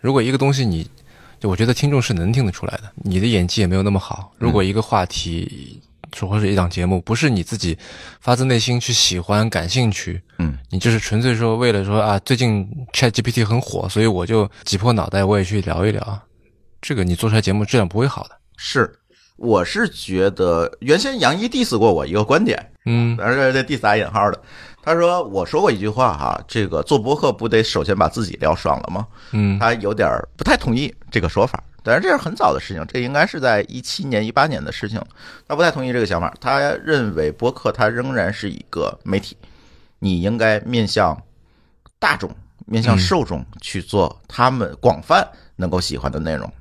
Speaker 2: 如果一个东西你，就我觉得听众是能听得出来的，你的演技也没有那么好。
Speaker 1: 嗯
Speaker 2: 如果一个话题，说或者一档节目，不是你自己发自内心去喜欢、感兴趣，
Speaker 1: 嗯，
Speaker 2: 你就是纯粹说为了说啊，最近 Chat GPT 很火，所以我就挤破脑袋我也去聊一聊，这个你做出来节目质量不会好的。
Speaker 1: 是。我是觉得，原先杨一 diss 过我一个观点，
Speaker 2: 嗯
Speaker 1: 而且这 diss 打引号的，他说我说过一句话哈、这个做播客不得首先把自己聊爽了吗？
Speaker 2: 嗯
Speaker 1: 他有点儿不太同意这个说法。但是这是很早的事情，这应该是在一七年、一八年的事情。他不太同意这个想法，他认为播客它仍然是一个媒体，你应该面向大众、面
Speaker 2: 嗯
Speaker 1: 向受众去做他们广泛能够喜欢的内容，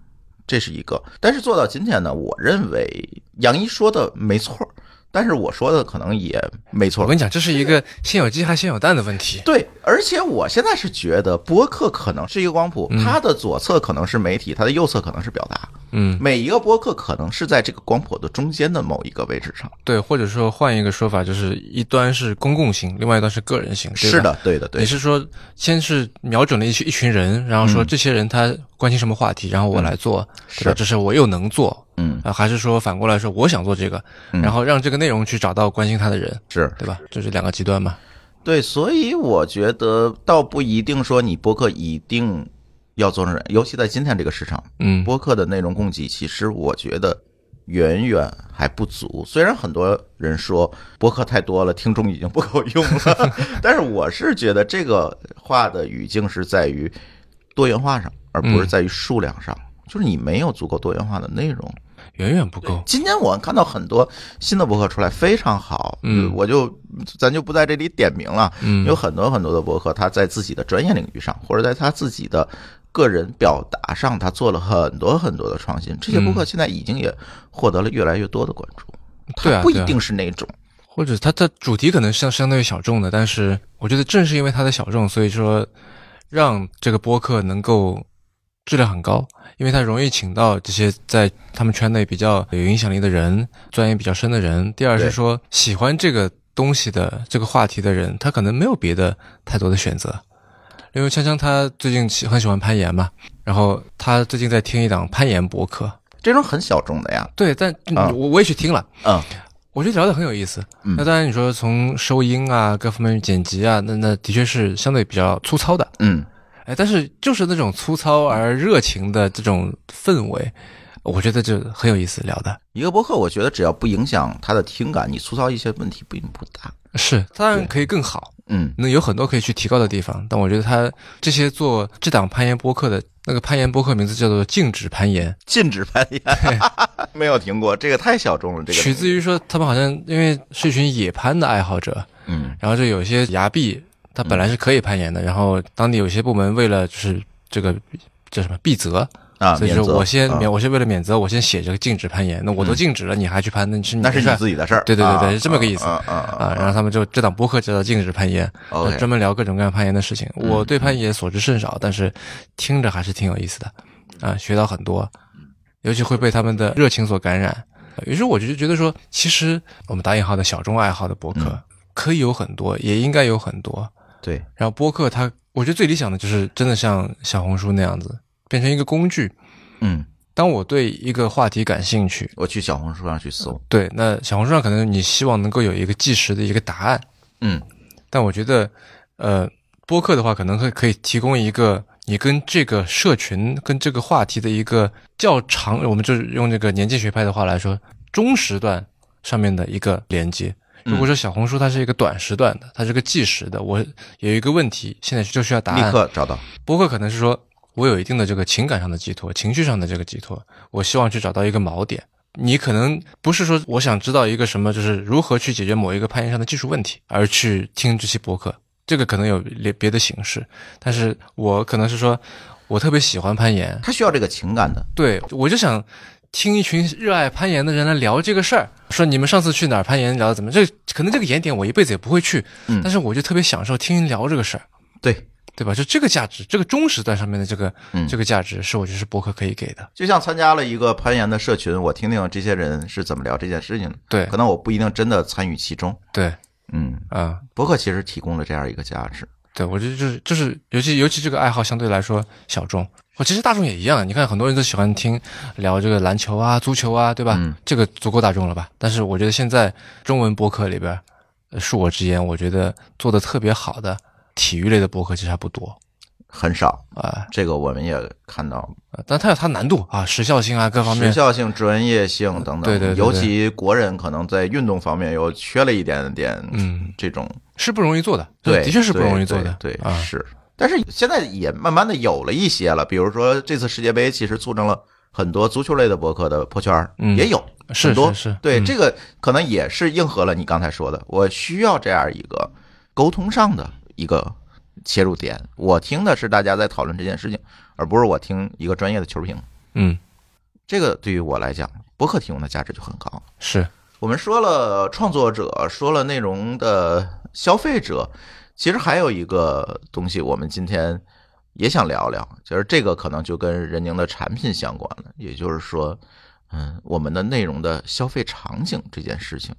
Speaker 1: 这是一个。但是做到今天呢，我认为杨一说的没错儿，但是我说的可能也没错
Speaker 2: 我。跟你讲，这是一个先有鸡还是先有蛋的问题。
Speaker 1: 对，而且我现在是觉得博客可能是一个光谱，它的左侧可能是媒体，它的右侧可能是表达。
Speaker 2: 嗯，
Speaker 1: 每一个播客可能是在这个光谱的中间的某一个位置上。
Speaker 2: 对，或者说换一个说法，就是一端是公共性，另外一端是个人性。对吧
Speaker 1: 是，的，对的，对的。
Speaker 2: 你是说先是瞄准了一群一群人，然后说这些人他关心什么话题，然后我来做，对
Speaker 1: 嗯
Speaker 2: 吧
Speaker 1: 是
Speaker 2: 这是我又能做。
Speaker 1: 嗯，
Speaker 2: 啊，还是说反过来说，我想做这个，然后让这个内容去找到关心他的人，
Speaker 1: 是
Speaker 2: 对吧？这是两个极端嘛。
Speaker 1: 对，所以我觉得倒不一定说你播客一定要做成人，尤其在今天这个市场，
Speaker 2: 嗯，
Speaker 1: 播客的内容供给其实我觉得远远还不足。虽然很多人说播客太多了，听众已经不够用了，但是我是觉得这个话的语境是在于多元化上，而不是在于数量上。就是你没有足够多元化的内容。
Speaker 2: 远远不够。
Speaker 1: 今天我看到很多新的博客出来，非常好。
Speaker 2: 嗯
Speaker 1: 我就咱就不在这里点名了。
Speaker 2: 嗯
Speaker 1: 有很多很多的博客，他在自己的专业领域上，或者在他自己的个人表达上，他做了很多很多的创新。这些
Speaker 2: 嗯
Speaker 1: 博客现在已经也获得了越来越多的关注。
Speaker 2: 对啊
Speaker 1: 它不
Speaker 2: 对
Speaker 1: 一
Speaker 2: 啊
Speaker 1: 定是那种。
Speaker 2: 或者它的主题可能相相对于小众的，但是我觉得正是因为它的小众，所以说让这个播客能够质量很高，因为它容易请到这些在他们圈内比较有影响力的人、钻研比较深的人。第二
Speaker 1: 对
Speaker 2: 是说喜欢这个东西的这个话题的人，他可能没有别的太多的选择。因为锵锵他最近喜很喜欢攀岩嘛，然后他最近在听一档攀岩博客，
Speaker 1: 这种很小众的呀，
Speaker 2: 对，但、
Speaker 1: 啊
Speaker 2: 我我也去听了，
Speaker 1: 嗯，
Speaker 2: 我觉得聊得很有意思。
Speaker 1: 嗯
Speaker 2: 那当然，你说从收音啊、各方面剪辑啊，那那的确是相对比较粗糙的。
Speaker 1: 嗯，
Speaker 2: 哎，但是就是那种粗糙而热情的这种氛围，我觉得就很有意思聊的。
Speaker 1: 一个博客，我觉得只要不影响他的听感，你粗糙一些问题并不大。
Speaker 2: 是，当然
Speaker 1: 对
Speaker 2: 可以更好，
Speaker 1: 嗯，
Speaker 2: 那有很多可以去提高的地方。但我觉得他这些做这档攀岩播客的那个攀岩播客名字叫做“静止攀岩
Speaker 1: 禁止攀岩， 没有听过，这个太小众了。”，这个
Speaker 2: 取自于说他们好像因为是一群野攀的爱好者，
Speaker 1: 嗯
Speaker 2: 然后就有些崖壁，它本来是可以攀岩的，然后当地有些部门为了就是这个叫什么避责，
Speaker 1: 啊，
Speaker 2: 所以
Speaker 1: 免
Speaker 2: 说
Speaker 1: 责
Speaker 2: 我先
Speaker 1: 啊嗯
Speaker 2: 免，我先为了免责，我先写这个禁止攀岩。那我都禁止了，你还去攀，那是你
Speaker 1: 那是
Speaker 2: 的
Speaker 1: 你
Speaker 2: 事儿
Speaker 1: 自己的事儿。
Speaker 2: 对对对对
Speaker 1: 啊
Speaker 2: 是这么个意思
Speaker 1: 啊啊
Speaker 2: 啊。然后他们就这档播客叫做禁止攀岩，
Speaker 1: OK 嗯
Speaker 2: 专门聊各种各样攀岩的事情。我对攀岩所知甚少，但是听着还是挺有意思的啊，学到很多，尤其会被他们的热情所感染。于是我就觉得说，其实我们打引号的小众爱好的博客
Speaker 1: 嗯
Speaker 2: 可以有很多，也应该有很多。
Speaker 1: 对，
Speaker 2: 然后播客它，我觉得最理想的就是真的像小红书那样子，变成一个工具。
Speaker 1: 嗯，
Speaker 2: 当我对一个话题感兴趣，
Speaker 1: 我去小红书上去搜，
Speaker 2: 对，那小红书上可能你希望能够有一个即时的一个答案，
Speaker 1: 嗯，
Speaker 2: 但我觉得，呃，播客的话可能会可以提供一个你跟这个社群、跟这个话题的一个较长，我们就是用这个年纪学派的话来说，中时段上面的一个连接。如
Speaker 1: 嗯
Speaker 2: 果说小红书它是一个短时段的，它是个计时的，我有一个问题，现在就需要答
Speaker 1: 立
Speaker 2: 案，
Speaker 1: 刻找到。
Speaker 2: 播客可能是说我有一定的这个情感上的寄托，情绪上的这个寄托，我希望去找到一个锚点。你可能不是说我想知道一个什么，就是如何去解决某一个攀岩上的技术问题，而去听这期播客，这个可能有别别的形式。但是我可能是说，我特别喜欢攀岩，
Speaker 1: 他需要这个情感的，
Speaker 2: 对我就想听一群热爱攀岩的人来聊这个事儿，说你们上次去哪儿攀岩聊的怎么？这可能这个岩点我一辈子也不会去，
Speaker 1: 嗯
Speaker 2: 但是我就特别享受听人聊这个事儿。
Speaker 1: 对，
Speaker 2: 对吧？就这个价值，这个中时段上面的这个、
Speaker 1: 嗯
Speaker 2: 这个价值，是我觉得是博客可以给的。
Speaker 1: 就像参加了一个攀岩的社群，我听听这些人是怎么聊这件事情的，
Speaker 2: 对
Speaker 1: 可能我不一定真的参与其中。
Speaker 2: 对
Speaker 1: 嗯，
Speaker 2: 啊、
Speaker 1: 博客其实提供了这样一个价值。
Speaker 2: 对我觉得就是就是，尤其尤其这个爱好相对来说小众，我其实大众也一样。啊你看很多人都喜欢听聊这个篮球啊、足球啊，对吧？
Speaker 1: 嗯
Speaker 2: 这个足够大众了吧？但是我觉得现在中文博客里边，呃恕我直言，我觉得做的特别好的体育类的博客其实还不多
Speaker 1: 很少，
Speaker 2: 啊、
Speaker 1: 这个我们也看到，
Speaker 2: 呃但它有它难度啊，时效性啊各方
Speaker 1: 时
Speaker 2: 面。
Speaker 1: 效性、专业性等等，
Speaker 2: 对对对对
Speaker 1: 尤其国人可能在运动方面又缺了一点点，
Speaker 2: 嗯，
Speaker 1: 这种
Speaker 2: 是不容易做的，
Speaker 1: 对，
Speaker 2: 的确是不容
Speaker 1: 对
Speaker 2: 易做的，
Speaker 1: 对对
Speaker 2: 啊，
Speaker 1: 是。但是现在也慢慢的有了一些了，比如说这次世界杯，其实促成了很多足球类的博客的破圈儿，
Speaker 2: 嗯
Speaker 1: 也有
Speaker 2: 是
Speaker 1: 很多。
Speaker 2: 是是
Speaker 1: 对、
Speaker 2: 嗯
Speaker 1: 这个可能也是应和了你刚才说的，我需要这样一个沟通上的一个切入点。我听的是大家在讨论这件事情，而不是我听一个专业的球评。
Speaker 2: 嗯，
Speaker 1: 这个对于我来讲，博客提供的价值就很高。
Speaker 2: 是
Speaker 1: 我们说了创作者，说了内容的消费者，其实还有一个东西，我们今天也想聊聊，就是这个可能就跟任宁的产品相关了，也就是说，嗯，我们的内容的消费场景这件事情。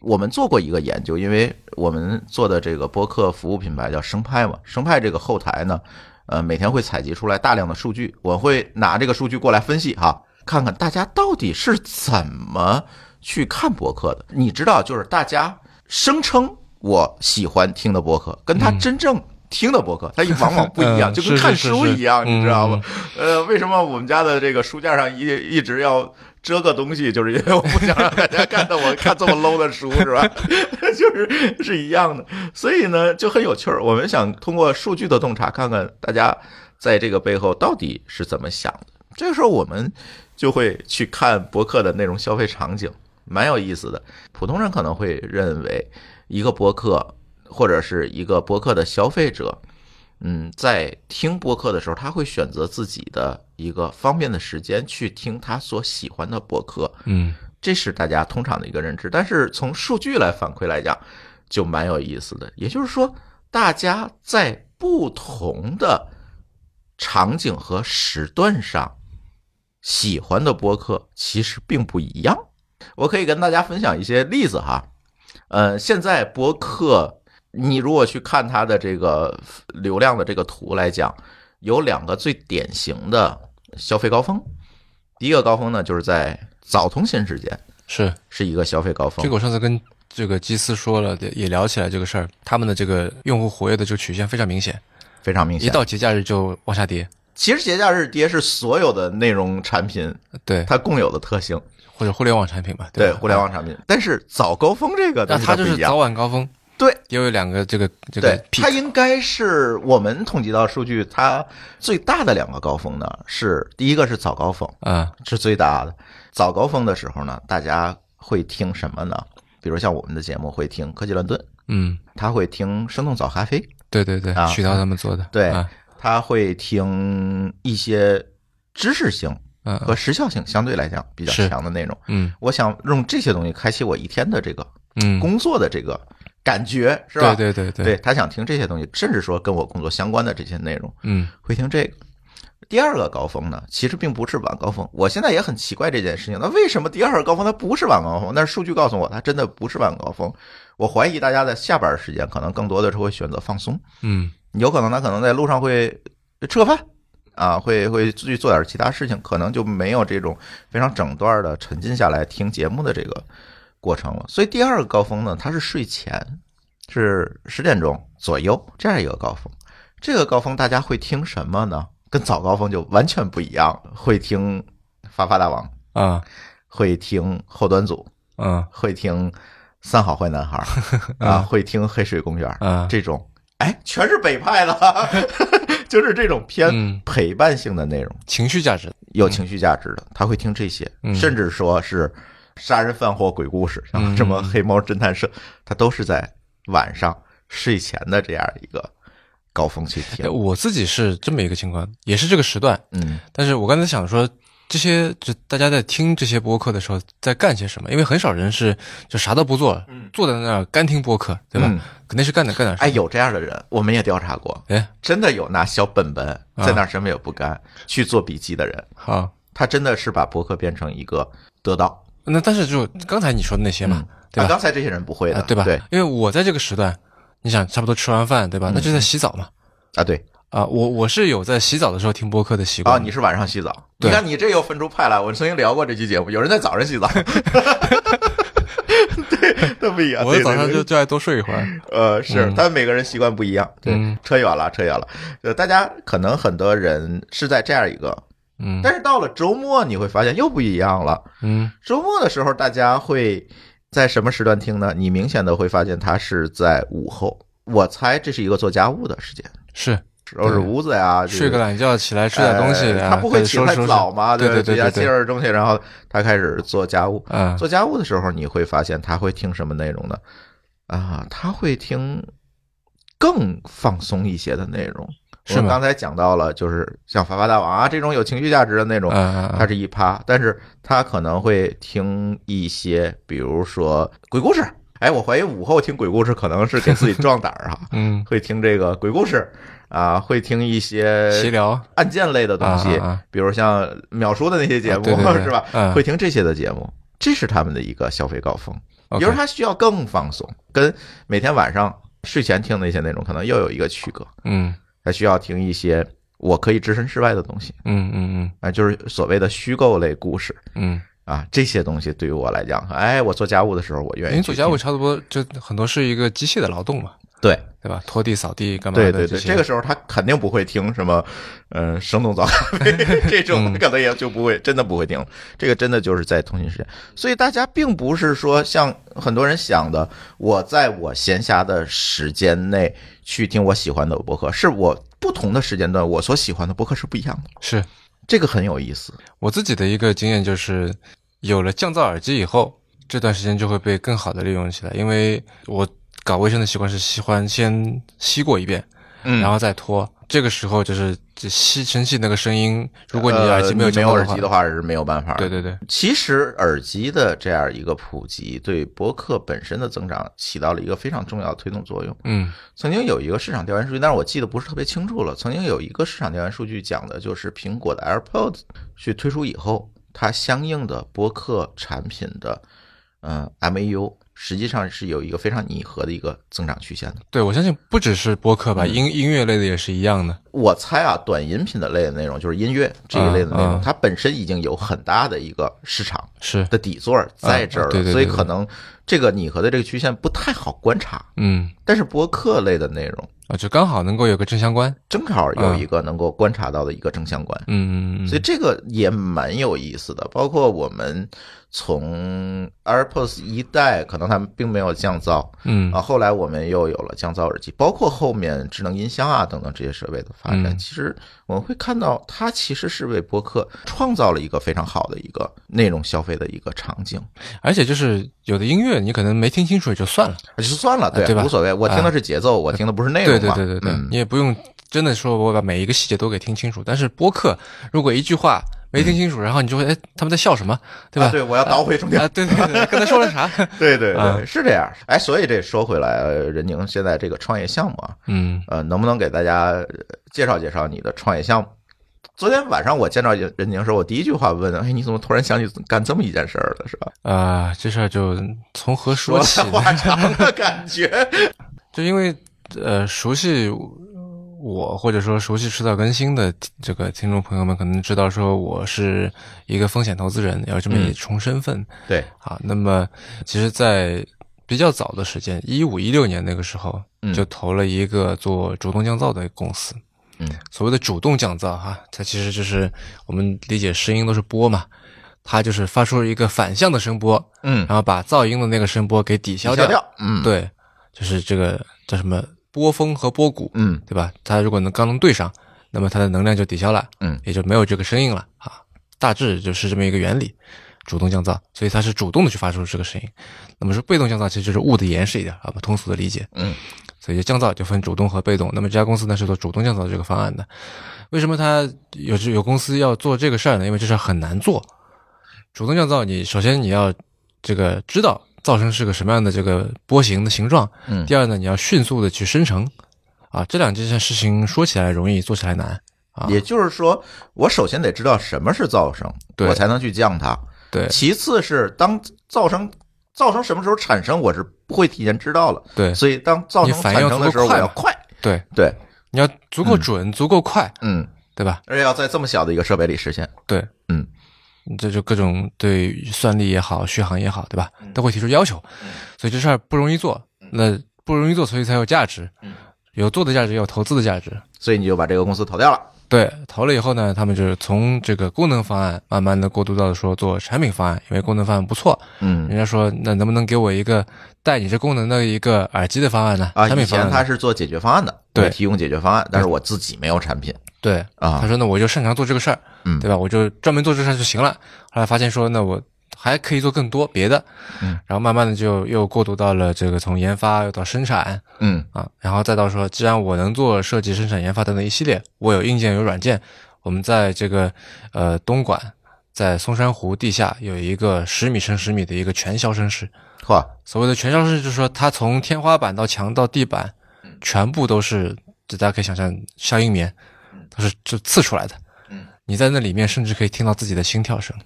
Speaker 1: 我们做过一个研究，因为我们做的这个播客服务品牌叫生派嘛，生派这个后台呢，呃，每天会采集出来大量的数据，我会拿这个数据过来分析哈，看看大家到底是怎么去看博客的。你知道，就是大家声称我喜欢听的博客，跟他真正听的博客， 它往往不一样，
Speaker 2: 嗯
Speaker 1: 就跟看
Speaker 2: 是是是嗯
Speaker 1: 书一样，
Speaker 2: 是
Speaker 1: 你知道吗？呃，为什么我们家的这个书架上一一直要遮个东西，就是因为我不想让大家看到我看这么 low 的书，是吧？ 就是是一样的，所以呢就很有趣儿。我们想通过数据的洞察，看看大家在这个背后到底是怎么想的。这个时候我们就会去看博客的内容消费场景，蛮有意思的。普通人可能会认为一个博客或者是一个博客的消费者，嗯，在听播客的时候，他会选择自己的一个方便的时间去听他所喜欢的播客，
Speaker 2: 嗯
Speaker 1: 这是大家通常的一个认知。但是从数据来反馈来讲，就蛮有意思的。也就是说，大家在不同的场景和时段上喜欢的播客其实并不一样。我可以跟大家分享一些例子哈。呃，现在播客，你如果去看它的这个流量的这个图来讲，有两个最典型的消费高峰。第一个高峰呢，就是在早通勤时间
Speaker 2: 是
Speaker 1: 是一个消费高峰。
Speaker 2: 这个我上次跟这个基斯说了，也也聊起来这个事儿，他们的这个用户活跃的这个曲线非常明显，
Speaker 1: 非常明
Speaker 2: 一
Speaker 1: 显。
Speaker 2: 到节假日就往下跌，
Speaker 1: 其实节假日跌是所有的内容产品
Speaker 2: 对，
Speaker 1: 它共有的特性，
Speaker 2: 或者互联网产品吧，
Speaker 1: 对
Speaker 2: 吧
Speaker 1: 互联，网产品。但是早高峰这个
Speaker 2: 那
Speaker 1: 东西
Speaker 2: 它就
Speaker 1: 不
Speaker 2: 是
Speaker 1: 一
Speaker 2: 早
Speaker 1: 样，
Speaker 2: 晚高峰，
Speaker 1: 对
Speaker 2: 也有两个这个这个
Speaker 1: 对，
Speaker 2: peak
Speaker 1: 它应该是我们统计到数据，它最大的两个高峰呢是第一个是早高峰，
Speaker 2: 啊，
Speaker 1: 是最大的。早高峰的时候呢，大家会听什么呢？比如像我们的节目会听科技乱炖，
Speaker 2: 嗯，
Speaker 1: 他会听生动早咖啡，
Speaker 2: 对对对
Speaker 1: 啊，
Speaker 2: 渠道他们做的，
Speaker 1: 对
Speaker 2: 啊，
Speaker 1: 他会听一些知识性
Speaker 2: 嗯
Speaker 1: 和时效性相对来讲比较
Speaker 2: 是
Speaker 1: 强的内容。
Speaker 2: 嗯
Speaker 1: 我想用这些东西开启我一天的这个
Speaker 2: 嗯，
Speaker 1: 工作的这个感觉，是吧？
Speaker 2: 对对对对，
Speaker 1: 他想听这些东西，甚至说跟我工作相关的这些内容，
Speaker 2: 嗯
Speaker 1: 会听这个。第二个高峰呢，其实并不是晚高峰。我现在也很奇怪这件事情，那为什么第二个高峰它不是晚高峰？但是数据告诉我，它真的不是晚高峰。我怀疑大家在下班时间，可能更多的是会选择放松，
Speaker 2: 嗯
Speaker 1: 有可能他可能在路上会吃个饭啊，会会去做点其他事情，可能就没有这种非常整段的沉浸下来听节目的这个过程了。所以第二个高峰呢，它是睡前，是十点钟左右这样一个高峰。这个高峰大家会听什么呢？跟早高峰就完全不一样，会听发发大王，
Speaker 2: 啊
Speaker 1: 会听后端组，
Speaker 2: 啊
Speaker 1: 会听三好坏男孩儿啊，会听黑水公园儿
Speaker 2: 啊，
Speaker 1: 这种，哎，全是北派的， 就是这种偏
Speaker 2: 嗯
Speaker 1: 陪伴性的内容，
Speaker 2: 情绪价值，
Speaker 1: 有情绪价值的，他会听这些，
Speaker 2: 嗯
Speaker 1: 甚至说是杀人犯或鬼故事，像
Speaker 2: 嗯
Speaker 1: 什么黑猫侦探社，他都是在晚上睡前的这样一个高峰去
Speaker 2: 哎
Speaker 1: 听。
Speaker 2: 我自己是这么一个情况，也是这个时段，
Speaker 1: 嗯，
Speaker 2: 但是我刚才想说，这些就大家在听这些播客的时候在干些什么？因为很少人是就啥都不做，坐在那儿干听播客，对吧？
Speaker 1: 嗯
Speaker 2: 肯定是干点干点 事。
Speaker 1: 哎，有这样的人，我们也调查过，
Speaker 2: 哎，
Speaker 1: 真的有拿小本本
Speaker 2: 啊
Speaker 1: 在那儿什么也不干去做笔记的人，
Speaker 2: 好，
Speaker 1: 他真的是把博客变成一个得到，
Speaker 2: 那但是就刚才你说的那些嘛，对
Speaker 1: 啊，
Speaker 2: 吧？
Speaker 1: 刚才这些人不会
Speaker 2: 啊
Speaker 1: 的，，
Speaker 2: 对吧？
Speaker 1: 对嗯
Speaker 2: 因为我在这个时段，你想差不多吃完饭，对吧？那就在洗澡嘛。
Speaker 1: 啊，对，
Speaker 2: 啊，我我是有在洗澡的时候听播客的习惯。
Speaker 1: 哦，你是晚上洗澡？你
Speaker 2: 对
Speaker 1: 看你这又分出派来。我曾经聊过这期节目，有人在早上洗澡， 对，那不一样。
Speaker 2: 我
Speaker 1: 啊对
Speaker 2: 早上
Speaker 1: 对
Speaker 2: 就
Speaker 1: 对
Speaker 2: 就爱多睡一 会儿。
Speaker 1: 呃，是，但每个人习惯不一样。对
Speaker 2: 嗯，
Speaker 1: 扯远了，扯远了。呃，大家可能很多人是在这样一个，
Speaker 2: 嗯
Speaker 1: 但是到了周末你会发现又不一样了。
Speaker 2: 嗯
Speaker 1: 周末的时候，大家会在什么时段听呢？你明显的会发现它是在午后。我猜这是一个做家务的时间，
Speaker 2: 是
Speaker 1: 收拾屋子呀，就是
Speaker 2: 睡个懒觉，起来吃点东西，啊
Speaker 1: 呃
Speaker 2: 然
Speaker 1: 他
Speaker 2: 后
Speaker 1: 不会
Speaker 2: 开始
Speaker 1: 起
Speaker 2: 收拾
Speaker 1: 太
Speaker 2: 收拾
Speaker 1: 早嘛？
Speaker 2: 对
Speaker 1: 对
Speaker 2: 对
Speaker 1: 他
Speaker 2: 对
Speaker 1: 接着东西，然后他开始做家务。
Speaker 2: 啊，
Speaker 1: 做家务的时候，你会发现他会听什么内容呢？啊，他会听更放松一些的内容，我
Speaker 2: 是吗
Speaker 1: 们刚才讲到了，就是像《发发大王》啊这种有情绪价值的那种，
Speaker 2: 嗯，
Speaker 1: 它是一趴，但是他可能会听一些，比如说鬼故事。哎，我怀疑午后听鬼故事可能是给自己壮胆儿啊
Speaker 2: 嗯，
Speaker 1: 会听这个鬼故事啊，会听一
Speaker 2: 闲
Speaker 1: 些
Speaker 2: 聊
Speaker 1: 案件类的东西，
Speaker 2: 啊啊啊
Speaker 1: 比如像淼叔的那些节目、
Speaker 2: 啊对对对
Speaker 1: 是吧？
Speaker 2: 嗯
Speaker 1: 会听这些的节目，这是他们的一个消费高峰。
Speaker 2: ，OK，
Speaker 1: 有时候他需要更放松，跟每天晚上睡前听那些内容可能又有一个区隔，
Speaker 2: 嗯
Speaker 1: 他需要听一些我可以置身事外的东西
Speaker 2: 嗯嗯
Speaker 1: 啊，就是所谓的虚构类故事
Speaker 2: 嗯
Speaker 1: 啊，这些东西对于我来讲，哎，我做家务的时候我
Speaker 2: 嗯，
Speaker 1: 愿
Speaker 2: 因
Speaker 1: 意
Speaker 2: 为
Speaker 1: 去
Speaker 2: 做
Speaker 1: 听。
Speaker 2: 家务差不多就很多是一个机械的劳动嘛，
Speaker 1: 对
Speaker 2: 对吧？拖地、扫地干嘛
Speaker 1: 对
Speaker 2: 的
Speaker 1: 对
Speaker 2: 这
Speaker 1: 对，
Speaker 2: 些
Speaker 1: 这个时候他肯定不会听什么，嗯，生动早咖啡 这种，
Speaker 2: 嗯
Speaker 1: 可能也就不会，真的不会听。这个真的就是在通勤时间，所以大家并不是说像很多人想的，我在我闲暇的时间内去听我喜欢的播客，是我不同的时间段我所喜欢的播客是不一样的，
Speaker 2: 是
Speaker 1: 这个很有意思。
Speaker 2: 我自己的一个经验就是，有了降噪耳机以后，这段时间就会被更好的利用起来。因为我搞卫生的习惯是喜欢先吸过一遍，
Speaker 1: 嗯
Speaker 2: 然后再拖。这个时候就是这吸尘器那个声音，如果你耳机没有
Speaker 1: 呃没
Speaker 2: 降
Speaker 1: 有
Speaker 2: 噪
Speaker 1: 耳
Speaker 2: 的话，
Speaker 1: 机的话是没有办法的。
Speaker 2: 对对对，
Speaker 1: 其实耳机的这样一个普及，对播客本身的增长起到了一个非常重要的推动作用。
Speaker 2: 嗯
Speaker 1: 曾经有一个市场调研数据，但是我记得不是特别清楚了。曾经有一个市场调研数据讲的就是苹果的 AirPods 去推出以后，它相应的播客产品的嗯 MAU 实际上是有一个非常拟合的一个增长曲线的。
Speaker 2: 对，我相信不只是播客吧，
Speaker 1: 嗯
Speaker 2: 音音乐类的也是一样的。
Speaker 1: 我猜啊，短音频的类的内容就是音乐这一类的内
Speaker 2: 嗯
Speaker 1: 容
Speaker 2: 嗯，
Speaker 1: 它本身已经有很大的一个市场
Speaker 2: 是，
Speaker 1: 的底座在这儿
Speaker 2: 啊对
Speaker 1: 了，
Speaker 2: 对对
Speaker 1: 所以
Speaker 2: 对
Speaker 1: 可能这个拟合的这个曲线不太好观察。
Speaker 2: 嗯
Speaker 1: 但是播客类的内容
Speaker 2: 啊，就刚好能够有个正相关。
Speaker 1: 正好
Speaker 2: 啊
Speaker 1: 有一个能够观察到的一个正相关。
Speaker 2: 嗯嗯
Speaker 1: 所以
Speaker 2: 嗯，
Speaker 1: 这个也蛮有意思的。包括我们从 AirPods 一代，可能他们并没有降噪
Speaker 2: 嗯
Speaker 1: 啊，后来我们又有了降噪耳机，包括后面智能音箱啊等等这些设备的发展，
Speaker 2: 嗯
Speaker 1: 其实我们会看到它其实是为播客创造了一个非常好的一个内容消费的一个场景。
Speaker 2: 而且就是有的音乐你可能没听清楚也就算了，
Speaker 1: 就算了，
Speaker 2: 啊对吧啊
Speaker 1: 无所谓。我听的是节奏，我听的不是内容
Speaker 2: 对对
Speaker 1: 嘛。
Speaker 2: 对对对，
Speaker 1: 嗯
Speaker 2: 你也不用真的说我把每一个细节都给听清楚。但是播客如果一句话没听清楚，然后你就会哎他们在笑什么，对吧？
Speaker 1: 嗯啊对，我要倒回重点
Speaker 2: 啊，对对对，刚才说了啥？
Speaker 1: 对对对，
Speaker 2: 嗯
Speaker 1: 是这样。哎，所以这说回来，呃任宁现在这个创业项目啊，
Speaker 2: 嗯
Speaker 1: 呃，能不能给大家呃介绍介绍你的创业项目？昨天晚上我见到任任宁时候，我第一句话问：“哎，你怎么突然想起干这么一件事儿了？是吧？
Speaker 2: 啊、这事儿就从何说
Speaker 1: 说
Speaker 2: 起
Speaker 1: 来
Speaker 2: 呢？
Speaker 1: 话长的感觉。
Speaker 2: 就因为呃，熟悉我或者说熟悉迟早更新的这个听众朋友们，可能知道说我是一个风险投资人，有这么一重身份。”
Speaker 1: 对，
Speaker 2: 啊，那么其实，在比较早的时间，一五一六年那个时候
Speaker 1: 嗯，
Speaker 2: 就投了一个做主动降噪的公司。
Speaker 1: 嗯，
Speaker 2: 所谓的主动降噪哈、它其实就是我们理解声音都是波嘛，它就是发出一个反向的声波，
Speaker 1: 嗯，
Speaker 2: 然后把噪音的那个声波给抵消
Speaker 1: 消掉，嗯，，
Speaker 2: 对，就是这个叫什么波峰和波谷，
Speaker 1: 嗯
Speaker 2: 对吧？它如果能刚能对上，那么它的能量就抵消了，
Speaker 1: 嗯
Speaker 2: 也就没有这个声音了啊。大致就是这么一个原理，主动降噪，所以它是主动的去发出这个声音。那么是被动降噪，其实就是物的延伸一点啊，通俗的理解。
Speaker 1: 嗯
Speaker 2: 所以降噪就分主动和被动。那么这家公司呢是做主动降噪这个方案的。为什么它有有公司要做这个事儿呢？因为这事儿很难做。主动降噪你，首先你要这个知道噪声是个什么样的这个波形的形状。
Speaker 1: 嗯
Speaker 2: 第二呢，你要迅速的去生成。啊，这两件事情说起来容易，做起来难。啊
Speaker 1: 也就是说，我首先得知道什么是噪声，
Speaker 2: 对
Speaker 1: 我才能去降它。
Speaker 2: 对
Speaker 1: 其次是当噪声。噪声什么时候产生，我是不会提前知道了。
Speaker 2: 对
Speaker 1: 所以当噪
Speaker 2: 你
Speaker 1: 声
Speaker 2: 反
Speaker 1: 产
Speaker 2: 应要
Speaker 1: 生的
Speaker 2: 足
Speaker 1: 时
Speaker 2: 够
Speaker 1: 候，我
Speaker 2: 快
Speaker 1: 要
Speaker 2: 嘛
Speaker 1: 快。
Speaker 2: 对，
Speaker 1: 对，
Speaker 2: 你要足够准，足够快，
Speaker 1: 嗯，
Speaker 2: 对吧？
Speaker 1: 而且要在这么小的一个设备里实现。
Speaker 2: 对，
Speaker 1: 嗯，
Speaker 2: 这就各种对算力也好，续航也好，对吧？
Speaker 1: 嗯
Speaker 2: 都会提出要求，所以这事儿不容易做。那不容易做，所以才有价值，
Speaker 1: 嗯
Speaker 2: 有做的价值，有投资的价值。
Speaker 1: 所以你就把这个公司投掉了。
Speaker 2: 对，投了以后呢，他们就是从这个功能方案慢慢的过渡到说做产品方案，因为功能方案不错，
Speaker 1: 嗯
Speaker 2: 人家说那能不能给我一个带你这功能的一个耳机的方案呢？
Speaker 1: 啊，
Speaker 2: 产
Speaker 1: 以
Speaker 2: 品方
Speaker 1: 前
Speaker 2: 案呢
Speaker 1: 他是做解决方案的，
Speaker 2: 对
Speaker 1: 我提供解决方案，但是我自己没有产品
Speaker 2: 对，
Speaker 1: 啊
Speaker 2: 他。说那我就擅长做这个事儿，
Speaker 1: 嗯
Speaker 2: 对吧？我就专门做这事儿就行了。后来发现说那我还可以做更多别的，
Speaker 1: 嗯，
Speaker 2: 然后慢慢的就又过渡到了这个从研发又到生产
Speaker 1: 嗯
Speaker 2: 啊，然后再到说，既然我能做设计、生产、研发等等一系列，我有硬件有软件，我们在这个呃东莞，在松山湖地下有一个十米乘十米的一个全消声室，
Speaker 1: 嚯，
Speaker 2: 所谓的全消失，就是说它从天花板到墙到地板，
Speaker 1: 嗯
Speaker 2: 全部都是，就大家可以想象消音棉，都是就刺出来的
Speaker 1: 嗯。
Speaker 2: 你在那里面甚至可以听到自己的心跳声。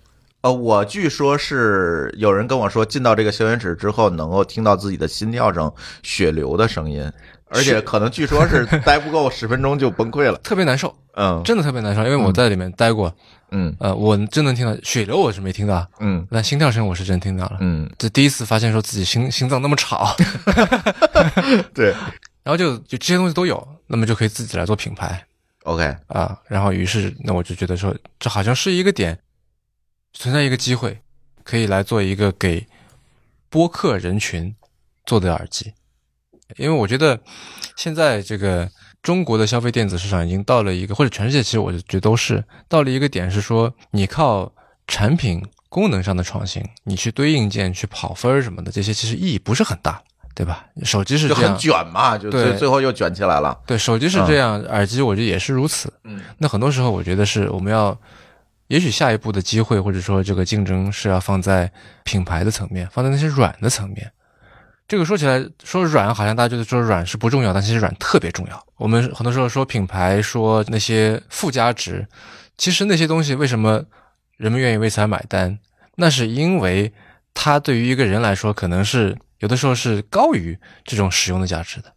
Speaker 1: 呃，我据说是有人跟我说，进到这个消音室之后，能够听到自己的心跳声、血流的声音，而且可能据说是待不 够十分钟就崩溃了。
Speaker 2: 特别难受，
Speaker 1: 嗯，
Speaker 2: 真的特别难受，因为我在里面待过，
Speaker 1: 嗯
Speaker 2: 呃，我真能听到血流，我是没听到，
Speaker 1: 嗯
Speaker 2: 但心跳声我是真听到了。
Speaker 1: 嗯，
Speaker 2: 这第一次发现说自己心心脏那么吵，
Speaker 1: 对
Speaker 2: 然后就就这些东西都有，那么就可以自己来做品牌，
Speaker 1: ，OK，
Speaker 2: 啊，然后于是那我就觉得说，这好像是一个点，存在一个机会，可以来做一个给播客人群做的耳机，因为我觉得现在这个中国的消费电子市场已经到了一个，或者全世界其实我就觉得都是到了一个点，是说你靠产品功能上的创新，你去堆硬件、去跑分儿什么的，这些其实意义不是很大，对吧？手机是
Speaker 1: 就
Speaker 2: 这
Speaker 1: 很嗯
Speaker 2: 样，
Speaker 1: 卷嘛，就
Speaker 2: 对
Speaker 1: 最最后又卷起来了。
Speaker 2: 对，手机是这样，耳机我觉得也是如此。
Speaker 1: 嗯
Speaker 2: 那很多时候，我觉得是我们要，也许下一步的机会或者说这个竞争是要放在品牌的层面，放在那些软的层面。这个说起来说软，好像大家觉得说软是不重要，但其实软特别重要。我们很多时候说品牌，说那些附加值，其实那些东西为什么人们愿意为此而买单？那是因为它对于一个人来说，可能是有的时候是高于这种使用的价值的，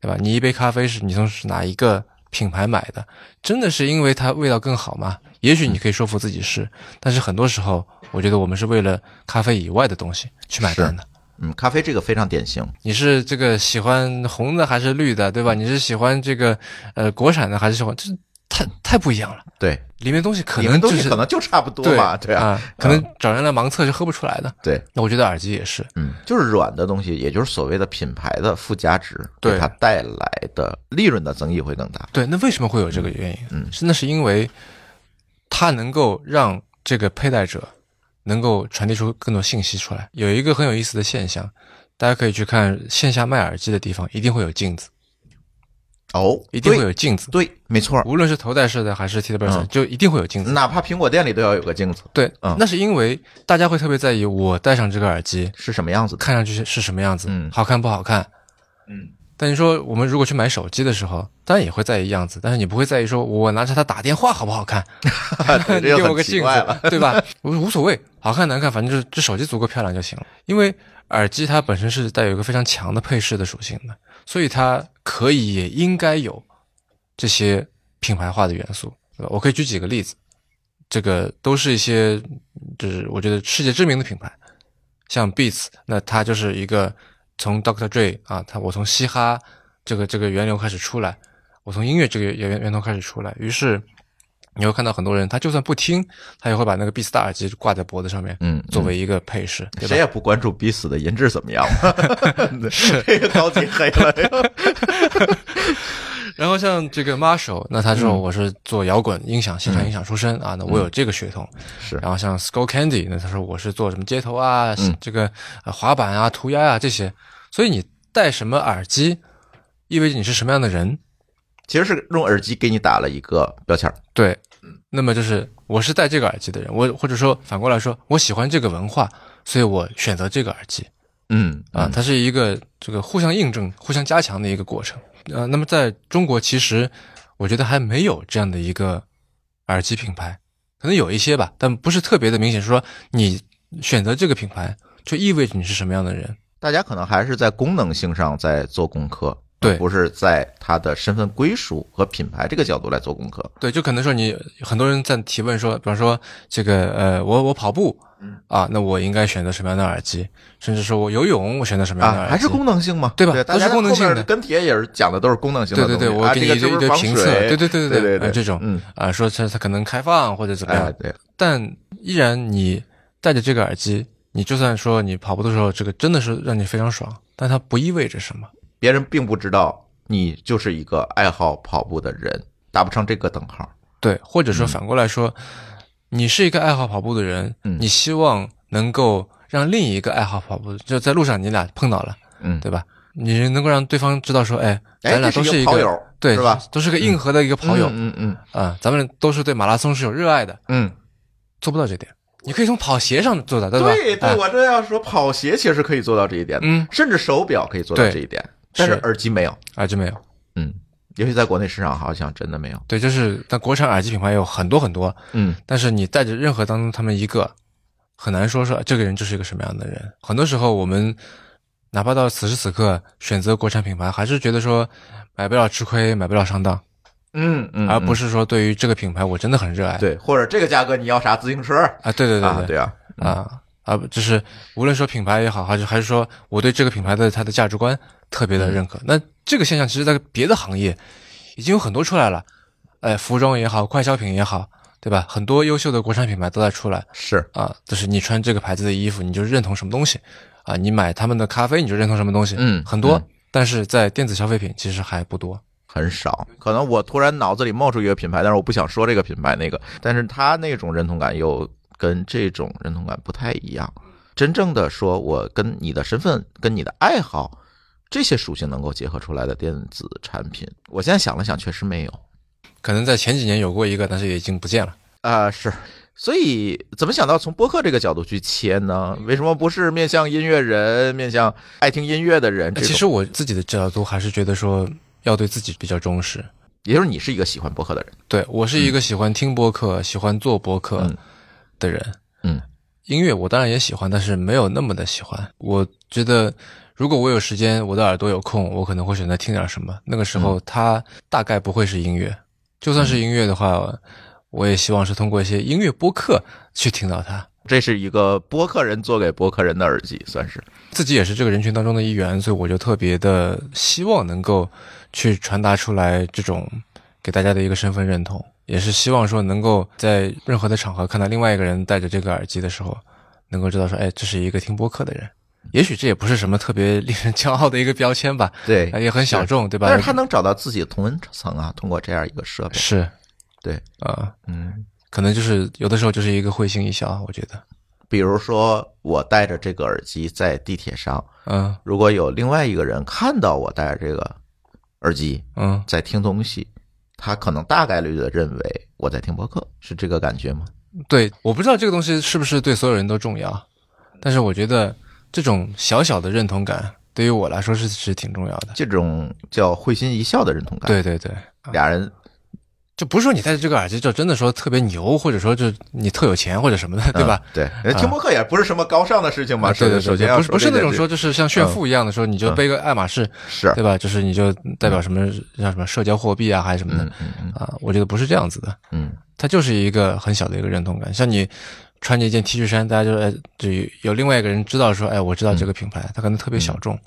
Speaker 2: 对吧？你一杯咖啡是你从哪一个品牌买的？真的是因为它味道更好吗？也许你可以说服自己是，但是很多时候，我觉得我们是为了咖啡以外的东西去买单的。
Speaker 1: 嗯，咖啡这个非常典型。
Speaker 2: 你是这个喜欢红的还是绿的，对吧？你是喜欢这个呃国产的还是喜欢？这太太不一样了，
Speaker 1: 对，
Speaker 2: 里面东西可
Speaker 1: 你们
Speaker 2: 能就
Speaker 1: 东
Speaker 2: 是
Speaker 1: 西可能就差不多
Speaker 2: 对
Speaker 1: 嘛，对啊，
Speaker 2: 啊，可能找人来盲测是喝不出来的。
Speaker 1: 对，
Speaker 2: 那我觉得耳机也是，
Speaker 1: 嗯，就是软的东西，也就是所谓的品牌的附加值，
Speaker 2: 对
Speaker 1: 给它带来的利润的增益会更大。
Speaker 2: 对，那为什么会有这个原因？
Speaker 1: 嗯，
Speaker 2: 是那是因为它能够让这个佩戴者能够传递出更多信息出来。有一个很有意思的现象，大家可以去看线下卖耳机的地方，一定会有镜子，
Speaker 1: 哦，
Speaker 2: 一定会
Speaker 1: 对
Speaker 2: 有镜子，
Speaker 1: 对，没错，
Speaker 2: 无论是头戴式的还是 T 戴式的，
Speaker 1: 嗯
Speaker 2: 就一定会有镜子。
Speaker 1: 哪怕苹果店里都要有个镜子，
Speaker 2: 对，
Speaker 1: 嗯
Speaker 2: 那是因为大家会特别在意我戴上这个耳机
Speaker 1: 是什么样子的？
Speaker 2: 看上去是什么样子，
Speaker 1: 嗯
Speaker 2: 好看不好看，
Speaker 1: 嗯，
Speaker 2: 但你说我们如果去买手机的时候，当然也会在意样子，但是你不会在意说我拿着它打电话好不好看，
Speaker 1: 对
Speaker 2: 你
Speaker 1: 这就
Speaker 2: 给我
Speaker 1: 很
Speaker 2: 个
Speaker 1: 奇
Speaker 2: 镜
Speaker 1: 怪了
Speaker 2: 子，对吧？我说无所谓，好看难看，反正就是这手机足够漂亮就行了。因为耳机它本身是带有一个非常强的配饰的属性的，所以它可以也应该有这些品牌化的元素。对吧我可以举几个例子，这个都是一些就是我觉得世界知名的品牌，像 Beats，那它就是一个从 Dr. Dre 啊，他我从嘻哈这个这个源流开始出来，我从音乐这个源源头开始出来，于是你会看到很多人，他就算不听，他也会把那个 Beats 的耳机挂在脖子上面，
Speaker 1: 嗯
Speaker 2: 作为一个配饰，对
Speaker 1: 谁
Speaker 2: 吧？
Speaker 1: 也不关注逼死的音质怎么 样，这个高级黑了。
Speaker 2: 然后像这个 Marshall，那他这种我是做摇滚音响、现场音响出身啊，那我有这个血统。
Speaker 1: 是
Speaker 2: 然后像 Skull Candy，那他说我是做什么街头啊，
Speaker 1: 嗯
Speaker 2: 这个呃滑板啊、涂鸦啊这些，所以你戴什么耳机，意味着你是什么样的人。
Speaker 1: 其实是用耳机给你打了一个标签儿，
Speaker 2: 对，那么就是我是戴这个耳机的人，我或者说反过来说，我喜欢这个文化，所以我选择这个耳机
Speaker 1: 嗯
Speaker 2: 啊，它是一个这个互相印证、互相加强的一个过程。呃，那么在中国，其实我觉得还没有这样的一个耳机品牌，可能有一些吧，但不是特别的明显。说你选择这个品牌，就意味着你是什么样的人。
Speaker 1: 大家可能还是在功能性上在做功课，
Speaker 2: 对
Speaker 1: 而不是在它的身份归属和品牌这个角度来做功课。
Speaker 2: 对，就可能说你很多人在提问说，比方说这个呃，我我跑步，
Speaker 1: 嗯
Speaker 2: 啊，那我应该选择什么样的耳机？甚至说我游泳，我选择什么样的
Speaker 1: 啊，
Speaker 2: 耳机？
Speaker 1: 还是功能性嘛，
Speaker 2: 对吧
Speaker 1: 大家
Speaker 2: 都是功能性的
Speaker 1: 后面跟帖也是讲的都是功能性的
Speaker 2: 对
Speaker 1: 东
Speaker 2: 对
Speaker 1: 西。
Speaker 2: 对，我
Speaker 1: 啊
Speaker 2: 给你
Speaker 1: 这个是
Speaker 2: 一堆一
Speaker 1: 不是
Speaker 2: 堆
Speaker 1: 防
Speaker 2: 评
Speaker 1: 水
Speaker 2: 测，对对对
Speaker 1: 对
Speaker 2: 对
Speaker 1: 对，
Speaker 2: 啊这种
Speaker 1: 嗯，
Speaker 2: 啊，说它它可能开放或者怎么
Speaker 1: 哎
Speaker 2: 样，
Speaker 1: 对，
Speaker 2: 但依然你戴着这个耳机，你就算说你跑步的时候，这个真的是让你非常爽，但它不意味着什么。
Speaker 1: 别人并不知道你就是一个爱好跑步的人，达不上这个等号。嗯
Speaker 2: 对，或者说反过来说，你是一个爱好跑步的人，
Speaker 1: 嗯
Speaker 2: 你希望能够让另一个爱好跑步，就在路上你俩碰到了，
Speaker 1: 嗯，
Speaker 2: 对吧？你能够让对方知道说，哎，
Speaker 1: 哎
Speaker 2: 咱俩
Speaker 1: 这
Speaker 2: 都
Speaker 1: 是
Speaker 2: 一
Speaker 1: 一
Speaker 2: 个
Speaker 1: 个跑友
Speaker 2: 对，
Speaker 1: 是吧？
Speaker 2: 都是个硬核的一个跑友啊、
Speaker 1: 嗯嗯
Speaker 2: 咱们都是对马拉松是有热爱的，
Speaker 1: 嗯
Speaker 2: 做不到这点。你可以从跑鞋上做到，对
Speaker 1: 嗯，
Speaker 2: 吧？
Speaker 1: 对
Speaker 2: 哎
Speaker 1: 对，我这要说跑鞋其实可以做到这一点的，
Speaker 2: 嗯，
Speaker 1: 甚至手表可以做到
Speaker 2: 对
Speaker 1: 这一点，但是
Speaker 2: 是
Speaker 1: 耳机没有，
Speaker 2: 耳机没有。
Speaker 1: 嗯，尤其在国内市场好像真的没有，
Speaker 2: 对，就是但国产耳机品牌有很多很多，
Speaker 1: 嗯
Speaker 2: 但是你带着任何当中他们一个，很难说说这个人就是一个什么样的人。很多时候我们哪怕到此时此刻选择国产品牌，还是觉得说买不了吃亏，买不了上当，
Speaker 1: 嗯嗯，
Speaker 2: 啊而不
Speaker 1: 是
Speaker 2: 是说对于这个品牌我真的很热爱。
Speaker 1: 对，或者这个价格你要啥自行车
Speaker 2: 啊，对对对
Speaker 1: 啊？
Speaker 2: 对
Speaker 1: 对啊，
Speaker 2: 啊啊，不就是无论说品牌也好，还是还是说我对这个品牌的它的价值观特
Speaker 1: 嗯
Speaker 2: 别的认可。那这个现象其实在别的行业已经有很多出来了，哎，服装也好，快消品也好，对吧？很多优秀的国产品牌都在出来
Speaker 1: 是，
Speaker 2: 啊，就是你穿这个牌子的衣服，你就认同什么东西啊，你买他们的咖啡，你就认同什么东西，
Speaker 1: 嗯
Speaker 2: 很多。
Speaker 1: 嗯
Speaker 2: 但是在电子消费品其实还不多，
Speaker 1: 很少，可能我突然脑子里冒出一个品牌，但是我不想说这个品牌那个，但是他那种认同感又跟这种认同感不太一样。真正的说，我跟你的身份、跟你的爱好这些属性能够结合出来的电子产品，我现在想了想，确实没有。
Speaker 2: 可能在前几年有过一个，但是也已经不见了。
Speaker 1: 啊、是。所以怎么想到从播客这个角度去切呢？为什么不是面向音乐人、面向爱听音乐的人这种？
Speaker 2: 其实我自己的角度还是觉得说要对自己比较忠实，
Speaker 1: 也就是你是一个喜欢播客的人。
Speaker 2: 对我是一个喜欢听播客、喜欢做播客
Speaker 1: 嗯
Speaker 2: 的人。
Speaker 1: 嗯，
Speaker 2: 音乐我当然也喜欢，但是没有那么的喜欢。我觉得，如果我有时间，我的耳朵有空，我可能会选择听点什么。那个时
Speaker 1: 嗯
Speaker 2: 候，它大概不会是音乐。就算是音乐的话，我也希望是通过一些音乐播客去听到它。
Speaker 1: 这是一个播客人做给播客人的耳机，算是。
Speaker 2: 自己也是这个人群当中的一员，所以我就特别的希望能够去传达出来这种给大家的一个身份认同，也是希望说能够在任何的场合看到另外一个人戴着这个耳机的时候，能够知道说，哎，这是一个听播客的人。嗯也许这也不是什么特别令人骄傲的一个标签吧，
Speaker 1: 对
Speaker 2: 哎也很小众， 对吧？
Speaker 1: 但是他能找到自己的同温层啊，通过这样一个设备。
Speaker 2: 是
Speaker 1: 对，
Speaker 2: 啊、
Speaker 1: 嗯，
Speaker 2: 可能就是有的时候就是一个会心一笑，我觉得，
Speaker 1: 比如说我戴着这个耳机在地铁上，
Speaker 2: 嗯
Speaker 1: 如果有另外一个人看到我戴着这个耳机
Speaker 2: 嗯，
Speaker 1: 在听东西，他可能大概率的认为我在听播客，是这个感觉吗？
Speaker 2: 对，我不知道这个东西是不是对所有人都重要，啊但是我觉得这种小小的认同感对于我来说是是挺重要的。
Speaker 1: 这种叫会心一笑的认同感。，
Speaker 2: 对对对，
Speaker 1: 俩人
Speaker 2: 就不是说你戴着这个耳机就真的说特别牛，或者说就你特有钱或者什么的，对吧？
Speaker 1: 嗯？对，人听播客也不是什么高尚的事情嘛。
Speaker 2: 啊对
Speaker 1: 是
Speaker 2: 对
Speaker 1: 首
Speaker 2: 对
Speaker 1: 先
Speaker 2: 对，
Speaker 1: 要嗯
Speaker 2: 不是不是
Speaker 1: 这
Speaker 2: 那种
Speaker 1: 件
Speaker 2: 说就是像炫富一样的说你就背个爱马仕，
Speaker 1: 事是
Speaker 2: 对吧？就是你就代表什么像什么社交货币啊还是什么的
Speaker 1: 嗯嗯嗯
Speaker 2: 啊？我觉得不是这样子的，
Speaker 1: 嗯
Speaker 2: 它就是一个很小的一个认同感。像你穿着一件 T 恤衫，大家就哎就有另外一个人知道说，哎，我知道
Speaker 1: 嗯
Speaker 2: 这个品牌，它可能特别小众。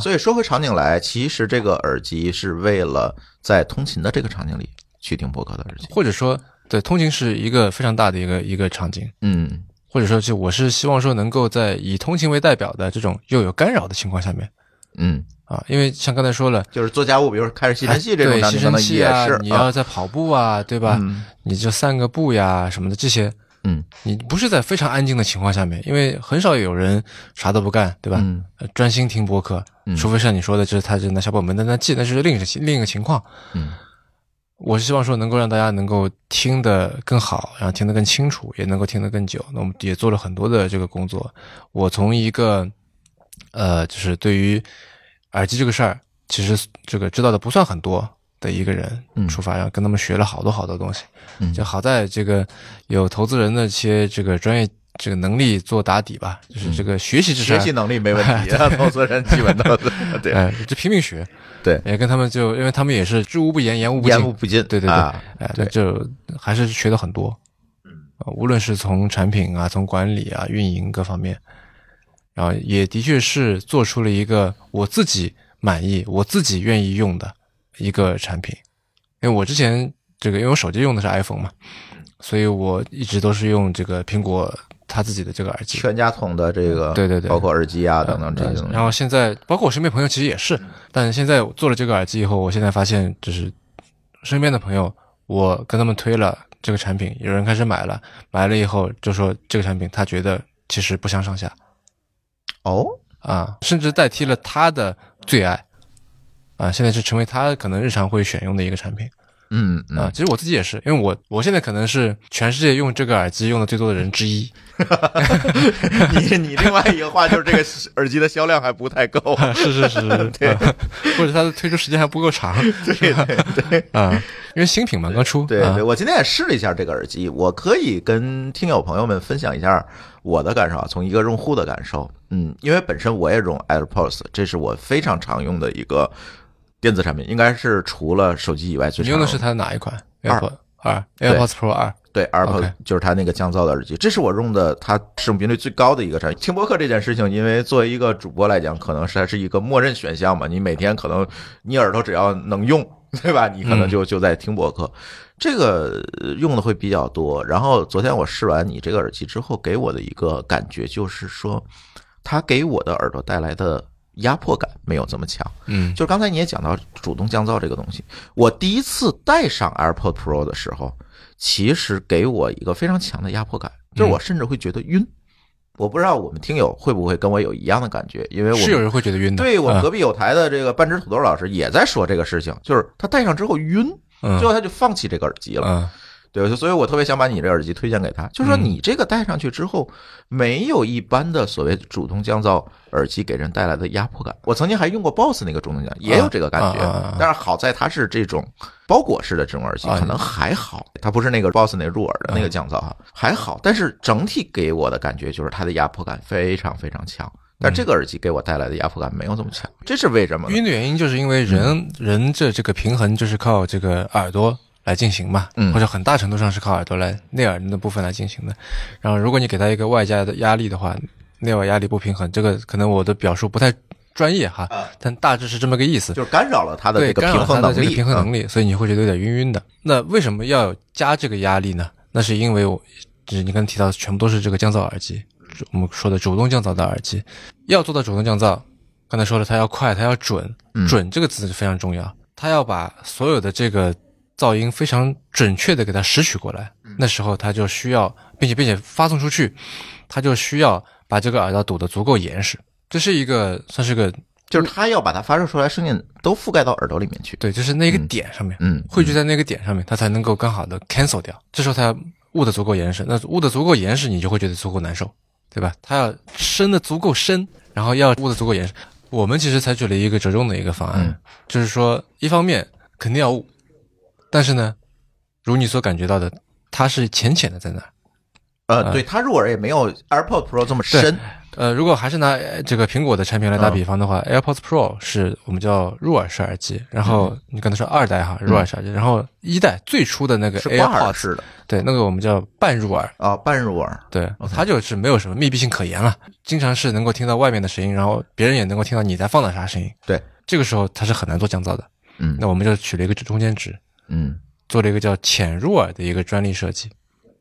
Speaker 1: 所以说回场景来，其实这个耳机是为了在通勤的这个场景里去听播客的耳机。
Speaker 2: 或者说，对，通勤是一个非常大的一个一个场景，
Speaker 1: 嗯，
Speaker 2: 或者说，就我是希望说能够在以通勤为代表的这种又有干扰的情况下面
Speaker 1: 嗯，
Speaker 2: 啊，因为像刚才说了，
Speaker 1: 就是做家务，比如说开着吸尘器这种
Speaker 2: 对
Speaker 1: 场
Speaker 2: 吸
Speaker 1: 景，可
Speaker 2: 尘
Speaker 1: 能
Speaker 2: 器
Speaker 1: 也
Speaker 2: 啊
Speaker 1: 是，
Speaker 2: 你
Speaker 1: 啊
Speaker 2: 要在跑步啊，对吧？
Speaker 1: 嗯
Speaker 2: 你就散个步呀什么的，这些
Speaker 1: 嗯
Speaker 2: 你不是在非常安静的情况下面，因为很少有人啥都不干，对吧？
Speaker 1: 嗯
Speaker 2: 呃专心听播客，
Speaker 1: 嗯
Speaker 2: 除非像你说的，就是他就拿小本本在那记，那是另一个情另一个情况。
Speaker 1: 嗯
Speaker 2: 我是希望说能够让大家能够听得更好，然后听得更清楚，也能够听得更久。那我们也做了很多的这个工作。我从一个呃，就是对于耳机这个事儿，其实这个知道的不算很多的一个人
Speaker 1: 嗯
Speaker 2: 出发，然后跟他们学了好多好多东西。
Speaker 1: 嗯
Speaker 2: 就好在这个有投资人的一些这个专业这个能力做打底吧，就是这个学习至
Speaker 1: 嗯学
Speaker 2: 上。
Speaker 1: 习能力没问题， 投资人基本都 对，
Speaker 2: 哎，就拼命学，
Speaker 1: 对
Speaker 2: 也跟他们就，因为他们也是知无不言，言无不尽
Speaker 1: 言，无不尽，
Speaker 2: 对对对，
Speaker 1: 啊
Speaker 2: 哎，
Speaker 1: 对
Speaker 2: 就还是学的很多，呃无论是从产品啊、从管理啊、运营各方面，然后也的确是做出了一个我自己满意、我自己愿意用的一个产品。因为我之前这个，因为我手机用的是 iPhone 嘛，所以我一直都是用这个苹果它自己的这个耳机。
Speaker 1: 全家桶的这个，
Speaker 2: 对对对
Speaker 1: 包括耳机啊等等这嗯些东
Speaker 2: 然
Speaker 1: 西，
Speaker 2: 后现在，包括我身边朋友其实也是，但现在我做了这个耳机以后，我现在发现就是身边的朋友，我跟他们推了这个产品，有人开始买了，买了以后就说这个产品他觉得其实不相上下
Speaker 1: 哦，
Speaker 2: 啊，甚至代替了他的最爱啊，现在是成为他可能日常会选用的一个产品
Speaker 1: 嗯
Speaker 2: 啊。
Speaker 1: 嗯，
Speaker 2: 其实我自己也是，因为我我现在可能是全世界用这个耳机用的最多的人 之一，
Speaker 1: 你你另外一个话就是这个 耳机的销量还不太够，
Speaker 2: 啊是是是，是
Speaker 1: 对
Speaker 2: 啊或者它的推出时间还不够长，
Speaker 1: 对对对。
Speaker 2: 啊，因为新品嘛，刚出，
Speaker 1: 对
Speaker 2: 啊
Speaker 1: 对，我今天也试了一下这个耳机，我可以跟听友朋友们分享一下我的感受，啊，从一个用户的感受。嗯，因为本身我也用 AirPods，这是我非常常用的一个电子产品，应该是除了手机以外最
Speaker 2: 你
Speaker 1: 常
Speaker 2: 用的
Speaker 1: 的
Speaker 2: 是它的哪一款
Speaker 1: 二
Speaker 2: ？AirPods 二，AirPods Pro 二，
Speaker 1: 对 AirPods，、
Speaker 2: OK
Speaker 1: 就是它那个降噪的耳机，这是我用的它使用频率最高的一个产品。听播客这件事情，因为作为一个主播来讲，可能是它是一个默认选项嘛，你每天可能你耳朵只要能用，对吧？你可能就就在听播客，这个呃用的会比较多。然后昨天我试完你这个耳机之后，给我的一个感觉就是说，它给我的耳朵带来的压迫感没有这么强。
Speaker 2: 嗯
Speaker 1: 就是刚才你也讲到主动降噪这个东西，我第一次戴上 AirPod Pro 的时候，其实给我一个非常强的压迫感，
Speaker 2: 嗯
Speaker 1: 就是我甚至会觉得晕。我不知道我们听友会不会跟我有一样的感觉，因为我
Speaker 2: 是有人会觉得晕的，
Speaker 1: 对我
Speaker 2: 啊
Speaker 1: 隔壁有台的这个半只土豆老师也在说这个事情，就是他戴上之后晕，
Speaker 2: 嗯
Speaker 1: 最后他就放弃这个耳机了。
Speaker 2: 嗯
Speaker 1: 对，所以我特别想把你这耳机推荐给他，就是说
Speaker 2: 嗯
Speaker 1: 你这个戴上去之后，没有一般的所谓主动降噪耳机给人带来的压迫感。我曾经还用过 BOSS 那个主动降，也有这个感
Speaker 2: 啊啊啊
Speaker 1: 觉
Speaker 2: 啊，
Speaker 1: 但是好在它是这种包裹式的这种耳机，
Speaker 2: 啊嗯
Speaker 1: 可能还好，它不是那个 BOSS 那入耳的那个降噪哈，还好。但是整体给我的感觉就是它的压迫感非常非常强，但这个耳机给我带来的压迫感没有这么强，这是为什么呢？
Speaker 2: 晕的嗯原因就是因为人、
Speaker 1: 嗯
Speaker 2: 人这这个平衡就是靠这个耳朵来进行嘛，
Speaker 1: 嗯
Speaker 2: 或者很大程度上是靠耳朵来内耳的部分来进行的。然后如果你给他一个外加的压力的话，内耳压力不平衡，这个可能我的表述不太专业哈，
Speaker 1: 啊
Speaker 2: 但大致是这么个意思。
Speaker 1: 就是干扰了它的
Speaker 2: 对，
Speaker 1: 这个
Speaker 2: 干扰
Speaker 1: 平衡
Speaker 2: 它
Speaker 1: 能
Speaker 2: 的这个
Speaker 1: 力，
Speaker 2: 平衡
Speaker 1: 嗯
Speaker 2: 能力，所以你会觉得有点晕晕的。那为什么要加这个压力呢？那是因为我，就是你刚才提到，全部都是这个降噪耳机，主我们说的主动降噪的耳机，要做到主动降噪，刚才说了，它要快，它要准，
Speaker 1: 嗯
Speaker 2: 准这个词是非常重要，它要把所有的这个噪音非常准确的给它拾取过来，
Speaker 1: 嗯
Speaker 2: 那时候它就需要，并且并且发送出去，它就需要把这个耳道堵得足够严实，这是一个算是个
Speaker 1: 就是它要把它发射出来声音都覆盖到耳朵里面去。
Speaker 2: 对，就是那个点上面，
Speaker 1: 嗯，
Speaker 2: 汇聚在那个点上面，它才能够刚好的 cancel 掉。这时候它捂得足够严实，那捂得足够严实，你就会觉得足够难受，对吧？它要伸得足够深，然后要捂得足够严实。我们其实采取了一个折中的一个方案，
Speaker 1: 嗯
Speaker 2: 就是说，一方面肯定要捂，但是呢，如你所感觉到的，它是浅浅的在那儿。
Speaker 1: 呃，对，它入耳也没有 AirPod Pro 这么深。
Speaker 2: 呃，如果还是拿呃这个苹果的产品来
Speaker 1: 嗯
Speaker 2: 打比方的话、a i r p o d s Pro 是我们叫入耳式耳机，然
Speaker 1: 嗯
Speaker 2: 后你刚才说二代哈，入耳式耳机，然后一代最初的那个
Speaker 1: 是挂耳
Speaker 2: AirPods，
Speaker 1: 式的
Speaker 2: 对，那个我们叫半入耳，
Speaker 1: 啊，半入耳。
Speaker 2: 对，它就是没有什么密闭性可言了，经常是能够听到外面的声音，然后别人也能够听到你在放的啥声音，
Speaker 1: 对，
Speaker 2: 这个时候它是很难做降噪的，
Speaker 1: 嗯
Speaker 2: 那我们就取了一个中间值，
Speaker 1: 嗯，
Speaker 2: 做了一个叫浅入耳的一个专利设计，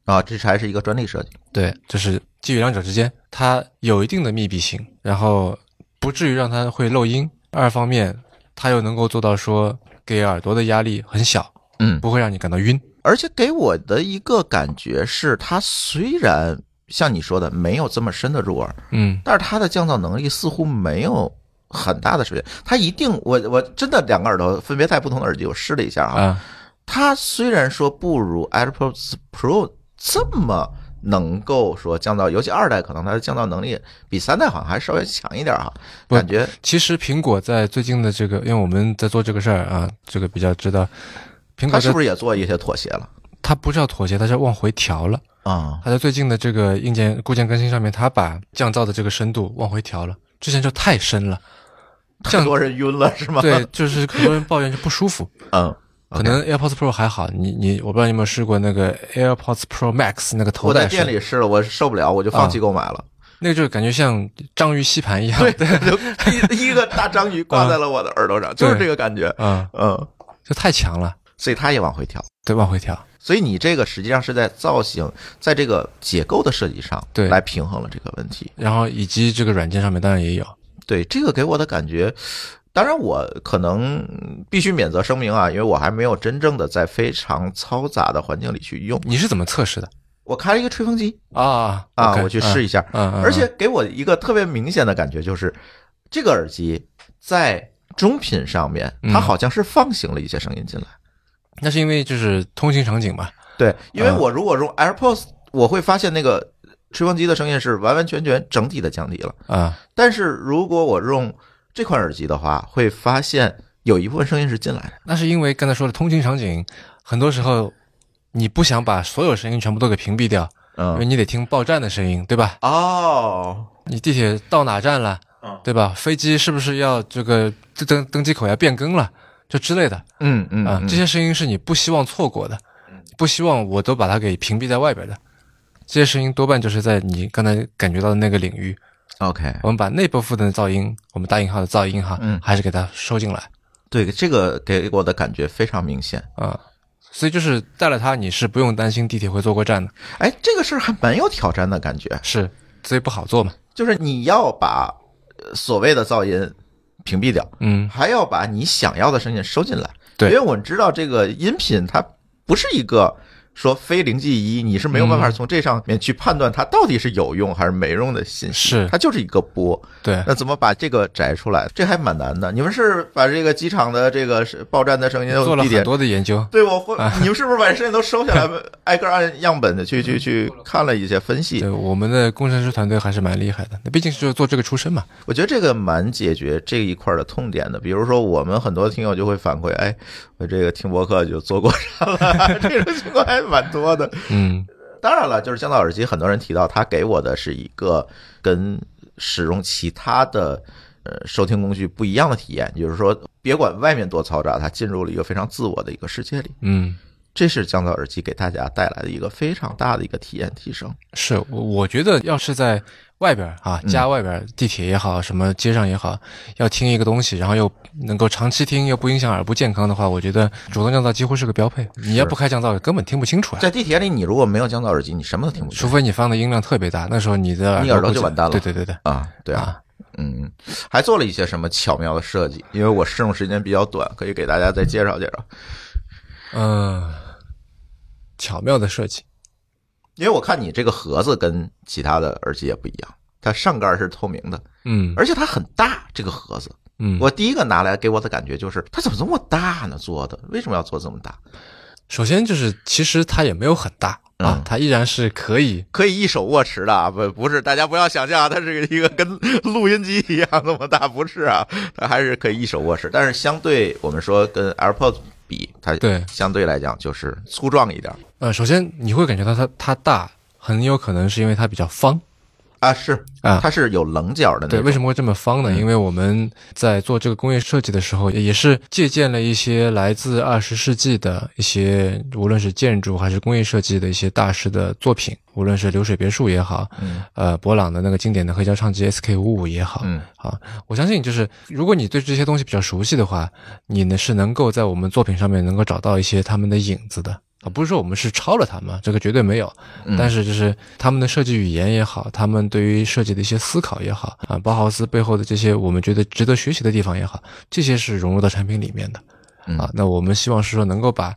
Speaker 1: 啊，这还是一个专利设计。
Speaker 2: 对，就是基于两者之间，它有一定的密闭性，然后不至于让它会漏音。二方面，它又能够做到说给耳朵的压力很小，
Speaker 1: 嗯，
Speaker 2: 不会让你感到晕。
Speaker 1: 而且给我的一个感觉是，它虽然像你说的没有这么深的入耳，
Speaker 2: 嗯
Speaker 1: 但是它的降噪能力似乎没有很大的水平。它一定，我我真的两个耳朵分别戴不同的耳机，我试了一下啊，
Speaker 2: 啊，
Speaker 1: 它虽然说不如 AirPods Pro 这么。能够说降噪，尤其二代可能它的降噪能力比三代好像还稍微强一点哈，
Speaker 2: 不
Speaker 1: 感觉
Speaker 2: 其实苹果在最近的这个，因为我们在做这个事儿啊，这个比较知道，苹
Speaker 1: 他
Speaker 2: 果
Speaker 1: 是
Speaker 2: 在
Speaker 1: 不是也做一些妥协了
Speaker 2: 它不是要妥协，它是要往回调了。
Speaker 1: 啊？
Speaker 2: 它在最近的这个硬件固件更新上面，它把降噪的这个深度往回调了，之前就太深了。
Speaker 1: 太多人晕了是吗？
Speaker 2: 对，就是很多人抱怨就不舒 服。
Speaker 1: 嗯，
Speaker 2: 可能 AirPods Pro 还好，你你我不知道你有没有试过那个 AirPods Pro Max 那个头
Speaker 1: 我在
Speaker 2: 戴啊
Speaker 1: 店
Speaker 2: 式，
Speaker 1: 里试了，我受不了，我就放弃购买了。
Speaker 2: 那个就是感觉像章鱼吸盘一样。 对，
Speaker 1: 就 一一个大章鱼挂在了我的耳
Speaker 2: 啊
Speaker 1: 朵上，就是这个感觉。
Speaker 2: 嗯，
Speaker 1: 嗯，
Speaker 2: 就太强了，
Speaker 1: 所以它也往回调。
Speaker 2: 对，往回调。
Speaker 1: 所以你这个实际上是在造型，在这个结构的设计上，
Speaker 2: 对
Speaker 1: 来平衡了这个问题。
Speaker 2: 然后以及这个软件上面当然也有，
Speaker 1: 对这个给我的感觉，当然我可能必须免责声明啊，因为我还没有真正的在非常嘈杂的环境里去用。
Speaker 2: 你是怎么测试的？
Speaker 1: 我开了一个吹风机
Speaker 2: 啊
Speaker 1: 啊
Speaker 2: OK，
Speaker 1: 我去试一下。
Speaker 2: 嗯，嗯，嗯
Speaker 1: 而且给我一个特别明显的感觉就是，这个耳机在中频上面，
Speaker 2: 嗯
Speaker 1: 它好像是放行了一些声音进来。
Speaker 2: 那是因为就是通行场景吧，
Speaker 1: 对，因
Speaker 2: 嗯
Speaker 1: 为我如果用 AirPods，我会发现那个吹风机的声音是完完全全整体的降低了。
Speaker 2: 啊
Speaker 1: 但是如果我用这款耳机的话，会发现有一部分声音是进来的。
Speaker 2: 那是因为刚才说的通勤场景，很多时候你不想把所有声音全部都给屏蔽掉，因为
Speaker 1: 嗯，
Speaker 2: 你得听报站的声音，对吧？
Speaker 1: 哦，
Speaker 2: 你地铁到哪站了
Speaker 1: 嗯，
Speaker 2: 对吧？飞机是不是要这个登登机口要变更了，就之类的
Speaker 1: 嗯嗯
Speaker 2: 啊
Speaker 1: 嗯，
Speaker 2: 这些声音是你不希望错过的，不希望我都把它给屏蔽在外边的。这些声音多半就是在你刚才感觉到的那个领域，
Speaker 1: 嗯 OK，
Speaker 2: 我们把那部分的噪音，我们打引号的噪音哈，
Speaker 1: 嗯
Speaker 2: 还是给它收进来。
Speaker 1: 对，这个给我的感觉非常明显。
Speaker 2: 啊、所以就是带了它，你是不用担心地铁会坐过站的，
Speaker 1: 哎，这个事儿还蛮有挑战的感觉，
Speaker 2: 是，所以不好坐嘛。
Speaker 1: 就是你要把呃所谓的噪音屏蔽掉，
Speaker 2: 嗯，
Speaker 1: 还要把你想要的声音收进来。
Speaker 2: 对
Speaker 1: 因为我们知道这个音频它不是一个说非零即一，你是没有办
Speaker 2: 嗯
Speaker 1: 法从这上面去判断它到底是有用还是没用的信息，
Speaker 2: 是
Speaker 1: 它就是一个波。
Speaker 2: 对，
Speaker 1: 那怎么把这个摘出来？这还蛮难的。你们是把这个机场的这个是报站的声音、
Speaker 2: 做了
Speaker 1: 地
Speaker 2: 很
Speaker 1: 点
Speaker 2: 多啊的研究。
Speaker 1: 对，我会，你们是不是把声音都收下来， 挨个按样本的去去去看了一些分析
Speaker 2: 对，？我们的工程师团队还是蛮厉害的，那毕竟是做这个出身嘛。
Speaker 1: 我觉得这个蛮解决这一块的痛点的。比如说，我们很多听友就会反馈，哎，我这个听博客就做过山了， 这种情况还蛮多的。
Speaker 2: 嗯，
Speaker 1: 当然了，就是降噪耳机，很多人提到它给我的是一个跟使用其他的呃收听工具不一样的体验，也就是说，别管外面多嘈杂，它进入了一个非常自我的一个世界里。
Speaker 2: 嗯，
Speaker 1: 这是降噪耳机给大家带来的一个非常大的一个体验提升。
Speaker 2: 是我我觉得要是在外边儿
Speaker 1: 嗯
Speaker 2: 啊，家外边儿，地铁也好，什么街上也好，要听一个东西，然后又能够长期听，又不影响耳部健康的话，我觉得主动降噪几乎是个标配。你要不开降噪，根本听不清楚啊。
Speaker 1: 在地铁里，你如果没有降噪耳机，你什么都听不
Speaker 2: 除
Speaker 1: 见
Speaker 2: 非你放的音量特别大，那时候你的
Speaker 1: 你耳朵
Speaker 2: 会
Speaker 1: 就完蛋了
Speaker 2: 对对对对，
Speaker 1: 啊。对啊，嗯，还做了一些什么巧妙的设计？因为我试用时间比较短，可以给大家再介绍介绍。
Speaker 2: 嗯，巧妙的设计，
Speaker 1: 因为我看你这个盒子跟其他的耳机也不一样，它上盖是透明的，
Speaker 2: 嗯
Speaker 1: 而且它很大。这个盒子，
Speaker 2: 嗯，
Speaker 1: 我第一个拿来给我的感觉就是，它怎么这么大呢？做的为什么要做这么大？
Speaker 2: 首先就是其实它也没有很大啊
Speaker 1: 嗯，
Speaker 2: 它依然是可以
Speaker 1: 可以一手握持的啊，不不是，大家不要想象啊它是一个跟录音机一样那么大，不是啊，它还是可以一手握持，但是相对我们说跟 AirPods 比，它
Speaker 2: 对
Speaker 1: 相对来讲就是粗壮一点儿
Speaker 2: 呃，首先你会感觉到它它大，很有可能是因为它比较方。
Speaker 1: 啊，是
Speaker 2: 啊
Speaker 1: 它是有棱角的那
Speaker 2: 对，为
Speaker 1: 种，
Speaker 2: 什么会这么方
Speaker 1: 嗯
Speaker 2: 呢？因为我们在做这个工业设计的时候，也是借鉴了一些来自二十世纪的一些，无论是建筑还是工业设计的一些大师的作品，无论是流水别墅也好，
Speaker 1: 嗯
Speaker 2: 呃，博朗的那个经典的黑胶唱机 SK 五五也好，
Speaker 1: 嗯
Speaker 2: 啊，我相信就是如果你对这些东西比较熟悉的话，你呢是能够在我们作品上面能够找到一些他们的影子的啊，不是说我们是抄了他们，这个绝对没有，
Speaker 1: 嗯
Speaker 2: 但是就是他们的设计语言也好，他们对于设计的一些思考也好啊，包豪斯背后的这些我们觉得值得学习的地方也好，这些是融入到产品里面的
Speaker 1: 嗯
Speaker 2: 啊。那我们希望是说能够把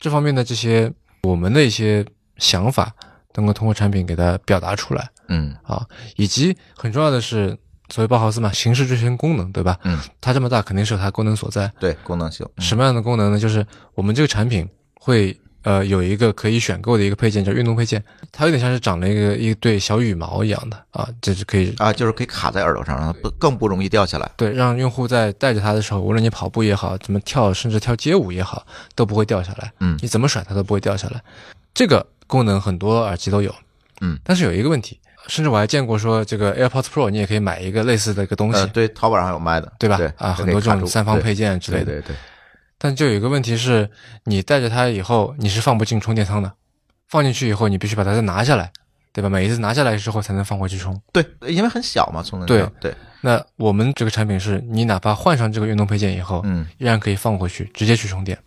Speaker 2: 这方面的这些我们的一些想法，能够通过产品给它表达出来。
Speaker 1: 嗯
Speaker 2: 啊，以及很重要的是，所谓包豪斯嘛，形式追求功能，对吧？
Speaker 1: 嗯，
Speaker 2: 它这么大肯定是有它功能所在。
Speaker 1: 对，功能性，
Speaker 2: 什么样的功能呢？就是我们这个产品会呃有一个可以选购的一个配件叫运动配件，它有点像是长了一个一对小羽毛一样的啊，这是可以
Speaker 1: 啊，就是可以卡在耳朵上，让它不更不容易掉下来。
Speaker 2: 对让用户在带着它的时候，无论你跑步也好，怎么跳，甚至跳街舞也好，都不会掉下来。
Speaker 1: 嗯
Speaker 2: 你怎么甩它都不会掉下来。这个功能很多耳机都有，
Speaker 1: 嗯，
Speaker 2: 但是有一个问题。甚至我还见过说，这个 AirPods Pro 你也可以买一个类似的一个东西，
Speaker 1: 呃，对，淘宝上还有卖的，
Speaker 2: 对吧？
Speaker 1: 对
Speaker 2: 啊，
Speaker 1: 就
Speaker 2: 很
Speaker 1: 可以
Speaker 2: 多这
Speaker 1: 卡
Speaker 2: 种
Speaker 1: 住
Speaker 2: 三方
Speaker 1: 对
Speaker 2: 配件之类
Speaker 1: 对
Speaker 2: 的。
Speaker 1: 对对，
Speaker 2: 但就有一个问题是，你带着它以后，你是放不进充电仓的，放进去以后，你必须把它再拿下来，对吧？每一次拿下来之后才能放回去充。
Speaker 1: 对，因为很小嘛，充能
Speaker 2: 对
Speaker 1: 量对，
Speaker 2: 那我们这个产品是你哪怕换上这个运动配件以后，
Speaker 1: 嗯
Speaker 2: 依然可以放回去，直接去充电，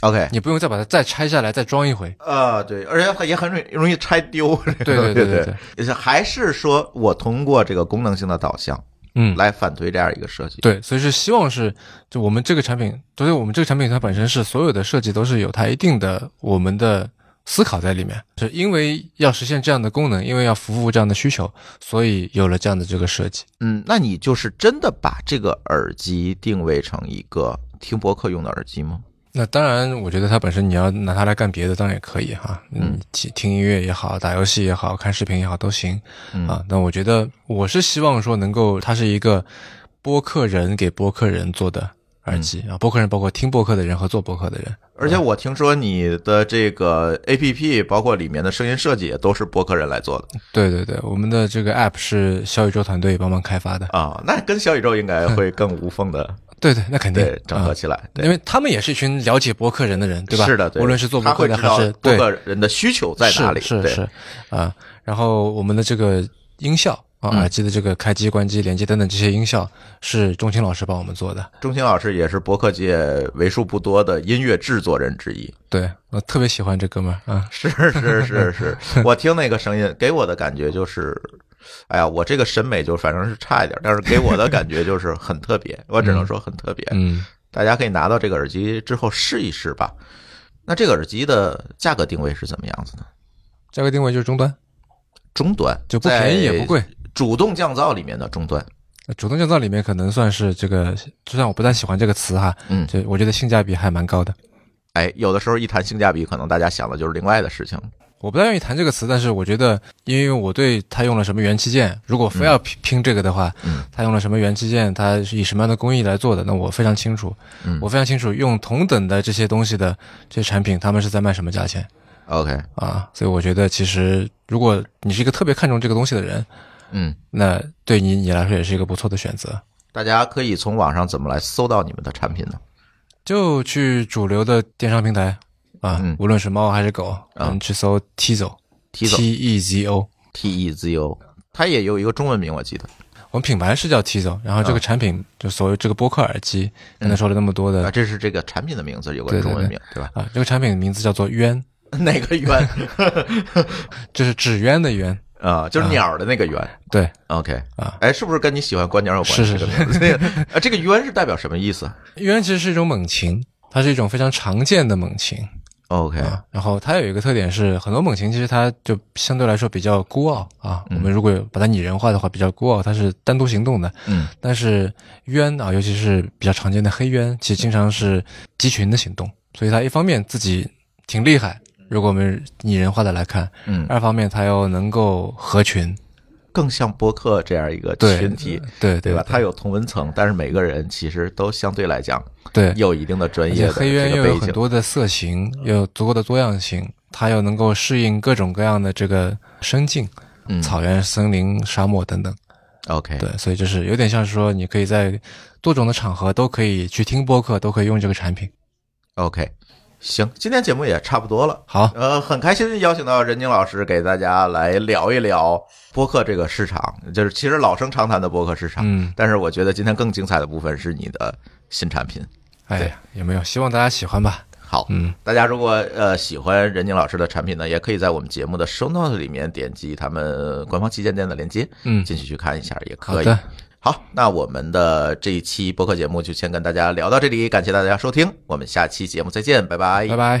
Speaker 1: ，OK，
Speaker 2: 你不用再把它再拆下来再装一回。
Speaker 1: 啊，对，而且它也很容易容易拆丢。
Speaker 2: 对
Speaker 1: 对
Speaker 2: 对对对对，
Speaker 1: 对，还是说我通过这个功能性的导向
Speaker 2: 嗯，
Speaker 1: 来反对这样一个设计。
Speaker 2: 对，所以是希望是就我们这个产品，所以我们这个产品它本身是所有的设计都是有它一定的我们的思呃考在里面。是因为要实现这样的功能，因为要服务这样的需求，所以有了这样的这个设计。
Speaker 1: 嗯，那你就是真的把这个耳机定位成一个听播客用的耳机吗？
Speaker 2: 那当然，我觉得它本身你要拿它来干别的，当然也可以哈、嗯，听听音乐也好，打游戏也好，看视频也好，都行
Speaker 1: 嗯
Speaker 2: 啊。那我觉得我是希望说能够，它是一个播客人给播客人做的耳机、啊。播客人包括听播客的人和做播客的人，
Speaker 1: 而且我听说你的这个 A P P，包括里面的声音设计，也都是播客人来做 的
Speaker 2: 对对对，我们的这个 app 是小宇宙团队帮忙开发的。
Speaker 1: 啊、那跟小宇宙应该会更无缝的
Speaker 2: 对对，那肯定
Speaker 1: 对整合
Speaker 2: 啊
Speaker 1: 起来，对
Speaker 2: 因为他们也是一群了解博客人的人，对吧？
Speaker 1: 是的，对
Speaker 2: 无论是做博
Speaker 1: 他
Speaker 2: 客
Speaker 1: 会
Speaker 2: 的
Speaker 1: 知
Speaker 2: 还
Speaker 1: 道
Speaker 2: 是
Speaker 1: 播
Speaker 2: 对
Speaker 1: 客人的需求在哪里，
Speaker 2: 是是
Speaker 1: 对
Speaker 2: 是啊。然后我们的这个音效啊，
Speaker 1: 嗯
Speaker 2: 耳机的这个开机、关机、连接等等这些音效，是钟青老师帮我们做的。
Speaker 1: 钟情老师也是播客界为数不多的音乐制作人之一。
Speaker 2: 对我特别喜欢这哥们儿啊，
Speaker 1: 是是是 是，我听那个声音给我的感觉就是，哎呀，我这个审美就反正是差一点，但是给我的感觉就是很特别，我只能说很特别。
Speaker 2: 嗯，
Speaker 1: 大家可以拿到这个耳机之后试一试吧。那这个耳机的价格定位是怎么样子呢？
Speaker 2: 价格定位就是终端，
Speaker 1: 中端
Speaker 2: 就不便宜也不，贵
Speaker 1: 在。主动降噪里面的中端。
Speaker 2: 主动降噪里面可能算是这个，就算我不太喜欢这个词哈，
Speaker 1: 嗯
Speaker 2: 就我觉得性价比还蛮高的。
Speaker 1: 哎，有的时候一谈性价比，可能大家想的就是另外的事情。
Speaker 2: 我不太愿意谈这个词，但是我觉得，因为我对它用了什么元器件，如果非要拼拼这个的话，
Speaker 1: 嗯
Speaker 2: 它用了什么元器件，它是以什么样的工艺来做的，那我非常清楚，
Speaker 1: 嗯
Speaker 2: 我非常清楚用同等的这些东西的这些产品，他们是在卖什么价钱
Speaker 1: OK，
Speaker 2: 啊，所以我觉得其实如果你是一个特别看重这个东西的人，
Speaker 1: 嗯，
Speaker 2: 那对你你来说也是一个不错的选择。
Speaker 1: 大家可以从网上怎么来搜到你们的产品呢？
Speaker 2: 就去主流的电商平台啊，
Speaker 1: 嗯啊
Speaker 2: 无论是猫还是狗，嗯，去搜 Tizo
Speaker 1: T 走
Speaker 2: E Z O，
Speaker 1: T E Z O，它也有一个中文名，我记得。
Speaker 2: 我们品牌是叫 Tizo，然后这个产品就所谓这个播客耳机，刚才说了那么多的
Speaker 1: 啊，这是这个产品的名字，有个
Speaker 2: 对对
Speaker 1: 中文
Speaker 2: 对
Speaker 1: 名，对吧？
Speaker 2: 啊，这个产品的名字叫做鸳，
Speaker 1: 哪个圆
Speaker 2: 这是纸鸢的鸢，
Speaker 1: 啊？就是鸟的那个圆。
Speaker 2: 对，
Speaker 1: OK
Speaker 2: 啊，
Speaker 1: 哎，是不是跟你喜欢观鸟有关系？
Speaker 2: 是是
Speaker 1: 是，这个 啊，这个圆是代表什么意思
Speaker 2: 鸳其实是一种猛禽，它是一种非常常见的猛禽
Speaker 1: ？OK，
Speaker 2: 啊。然后它有一个特点是，很多猛禽其实它就相对来说比较孤傲啊。我们如果把它拟人化的话，比较孤傲，它是单独行动的。
Speaker 1: 嗯
Speaker 2: 但是鸢啊，尤其是比较常见的黑鸢，其实经常是集群的行动，所以它一方面自己挺厉害，如果我们拟人化的来看，
Speaker 1: 嗯，
Speaker 2: 二方面它又能够合群，
Speaker 1: 更像播客这样一个
Speaker 2: 对
Speaker 1: 群体，
Speaker 2: 对
Speaker 1: 对吧？
Speaker 2: 对
Speaker 1: 它有同文层，但是每个人其实都相对来讲
Speaker 2: 对，
Speaker 1: 有一定的专
Speaker 2: 而
Speaker 1: 业
Speaker 2: 且
Speaker 1: 的
Speaker 2: 黑鸢
Speaker 1: 这
Speaker 2: 又
Speaker 1: 个
Speaker 2: 有
Speaker 1: 背
Speaker 2: 很
Speaker 1: 景。
Speaker 2: 多的色型，又有足够的多样性，它又能够适应各种各样的这个生境，
Speaker 1: 嗯哎
Speaker 2: 草原、森林、沙漠等等。
Speaker 1: OK，
Speaker 2: 对，所以就是有点像是说，你可以在多种的场合都可以去听播客，都可以用这个产品。
Speaker 1: OK，行，今天节目也差不多了。
Speaker 2: 好，
Speaker 1: 呃，很开心邀请到任宁老师给大家来聊一聊播客这个市场，就是其实老生常谈的播客市场。
Speaker 2: 嗯，
Speaker 1: 但是我觉得今天更精彩的部分是你的新产品。
Speaker 2: 哎
Speaker 1: 啊
Speaker 2: 呀，有没有？希望大家喜欢吧。
Speaker 1: 好，
Speaker 2: 嗯，
Speaker 1: 大家如果呃喜欢任宁老师的产品呢，也可以在我们节目的 show note 里面点击他们官方旗舰店的链接，
Speaker 2: 嗯
Speaker 1: 进去去看一下也
Speaker 2: 好
Speaker 1: 可以。
Speaker 2: 的，
Speaker 1: 好，那我们的这一期播客节目就先跟大家聊到这里，感谢大家收听，我们下期节目再见，拜拜
Speaker 2: 拜拜。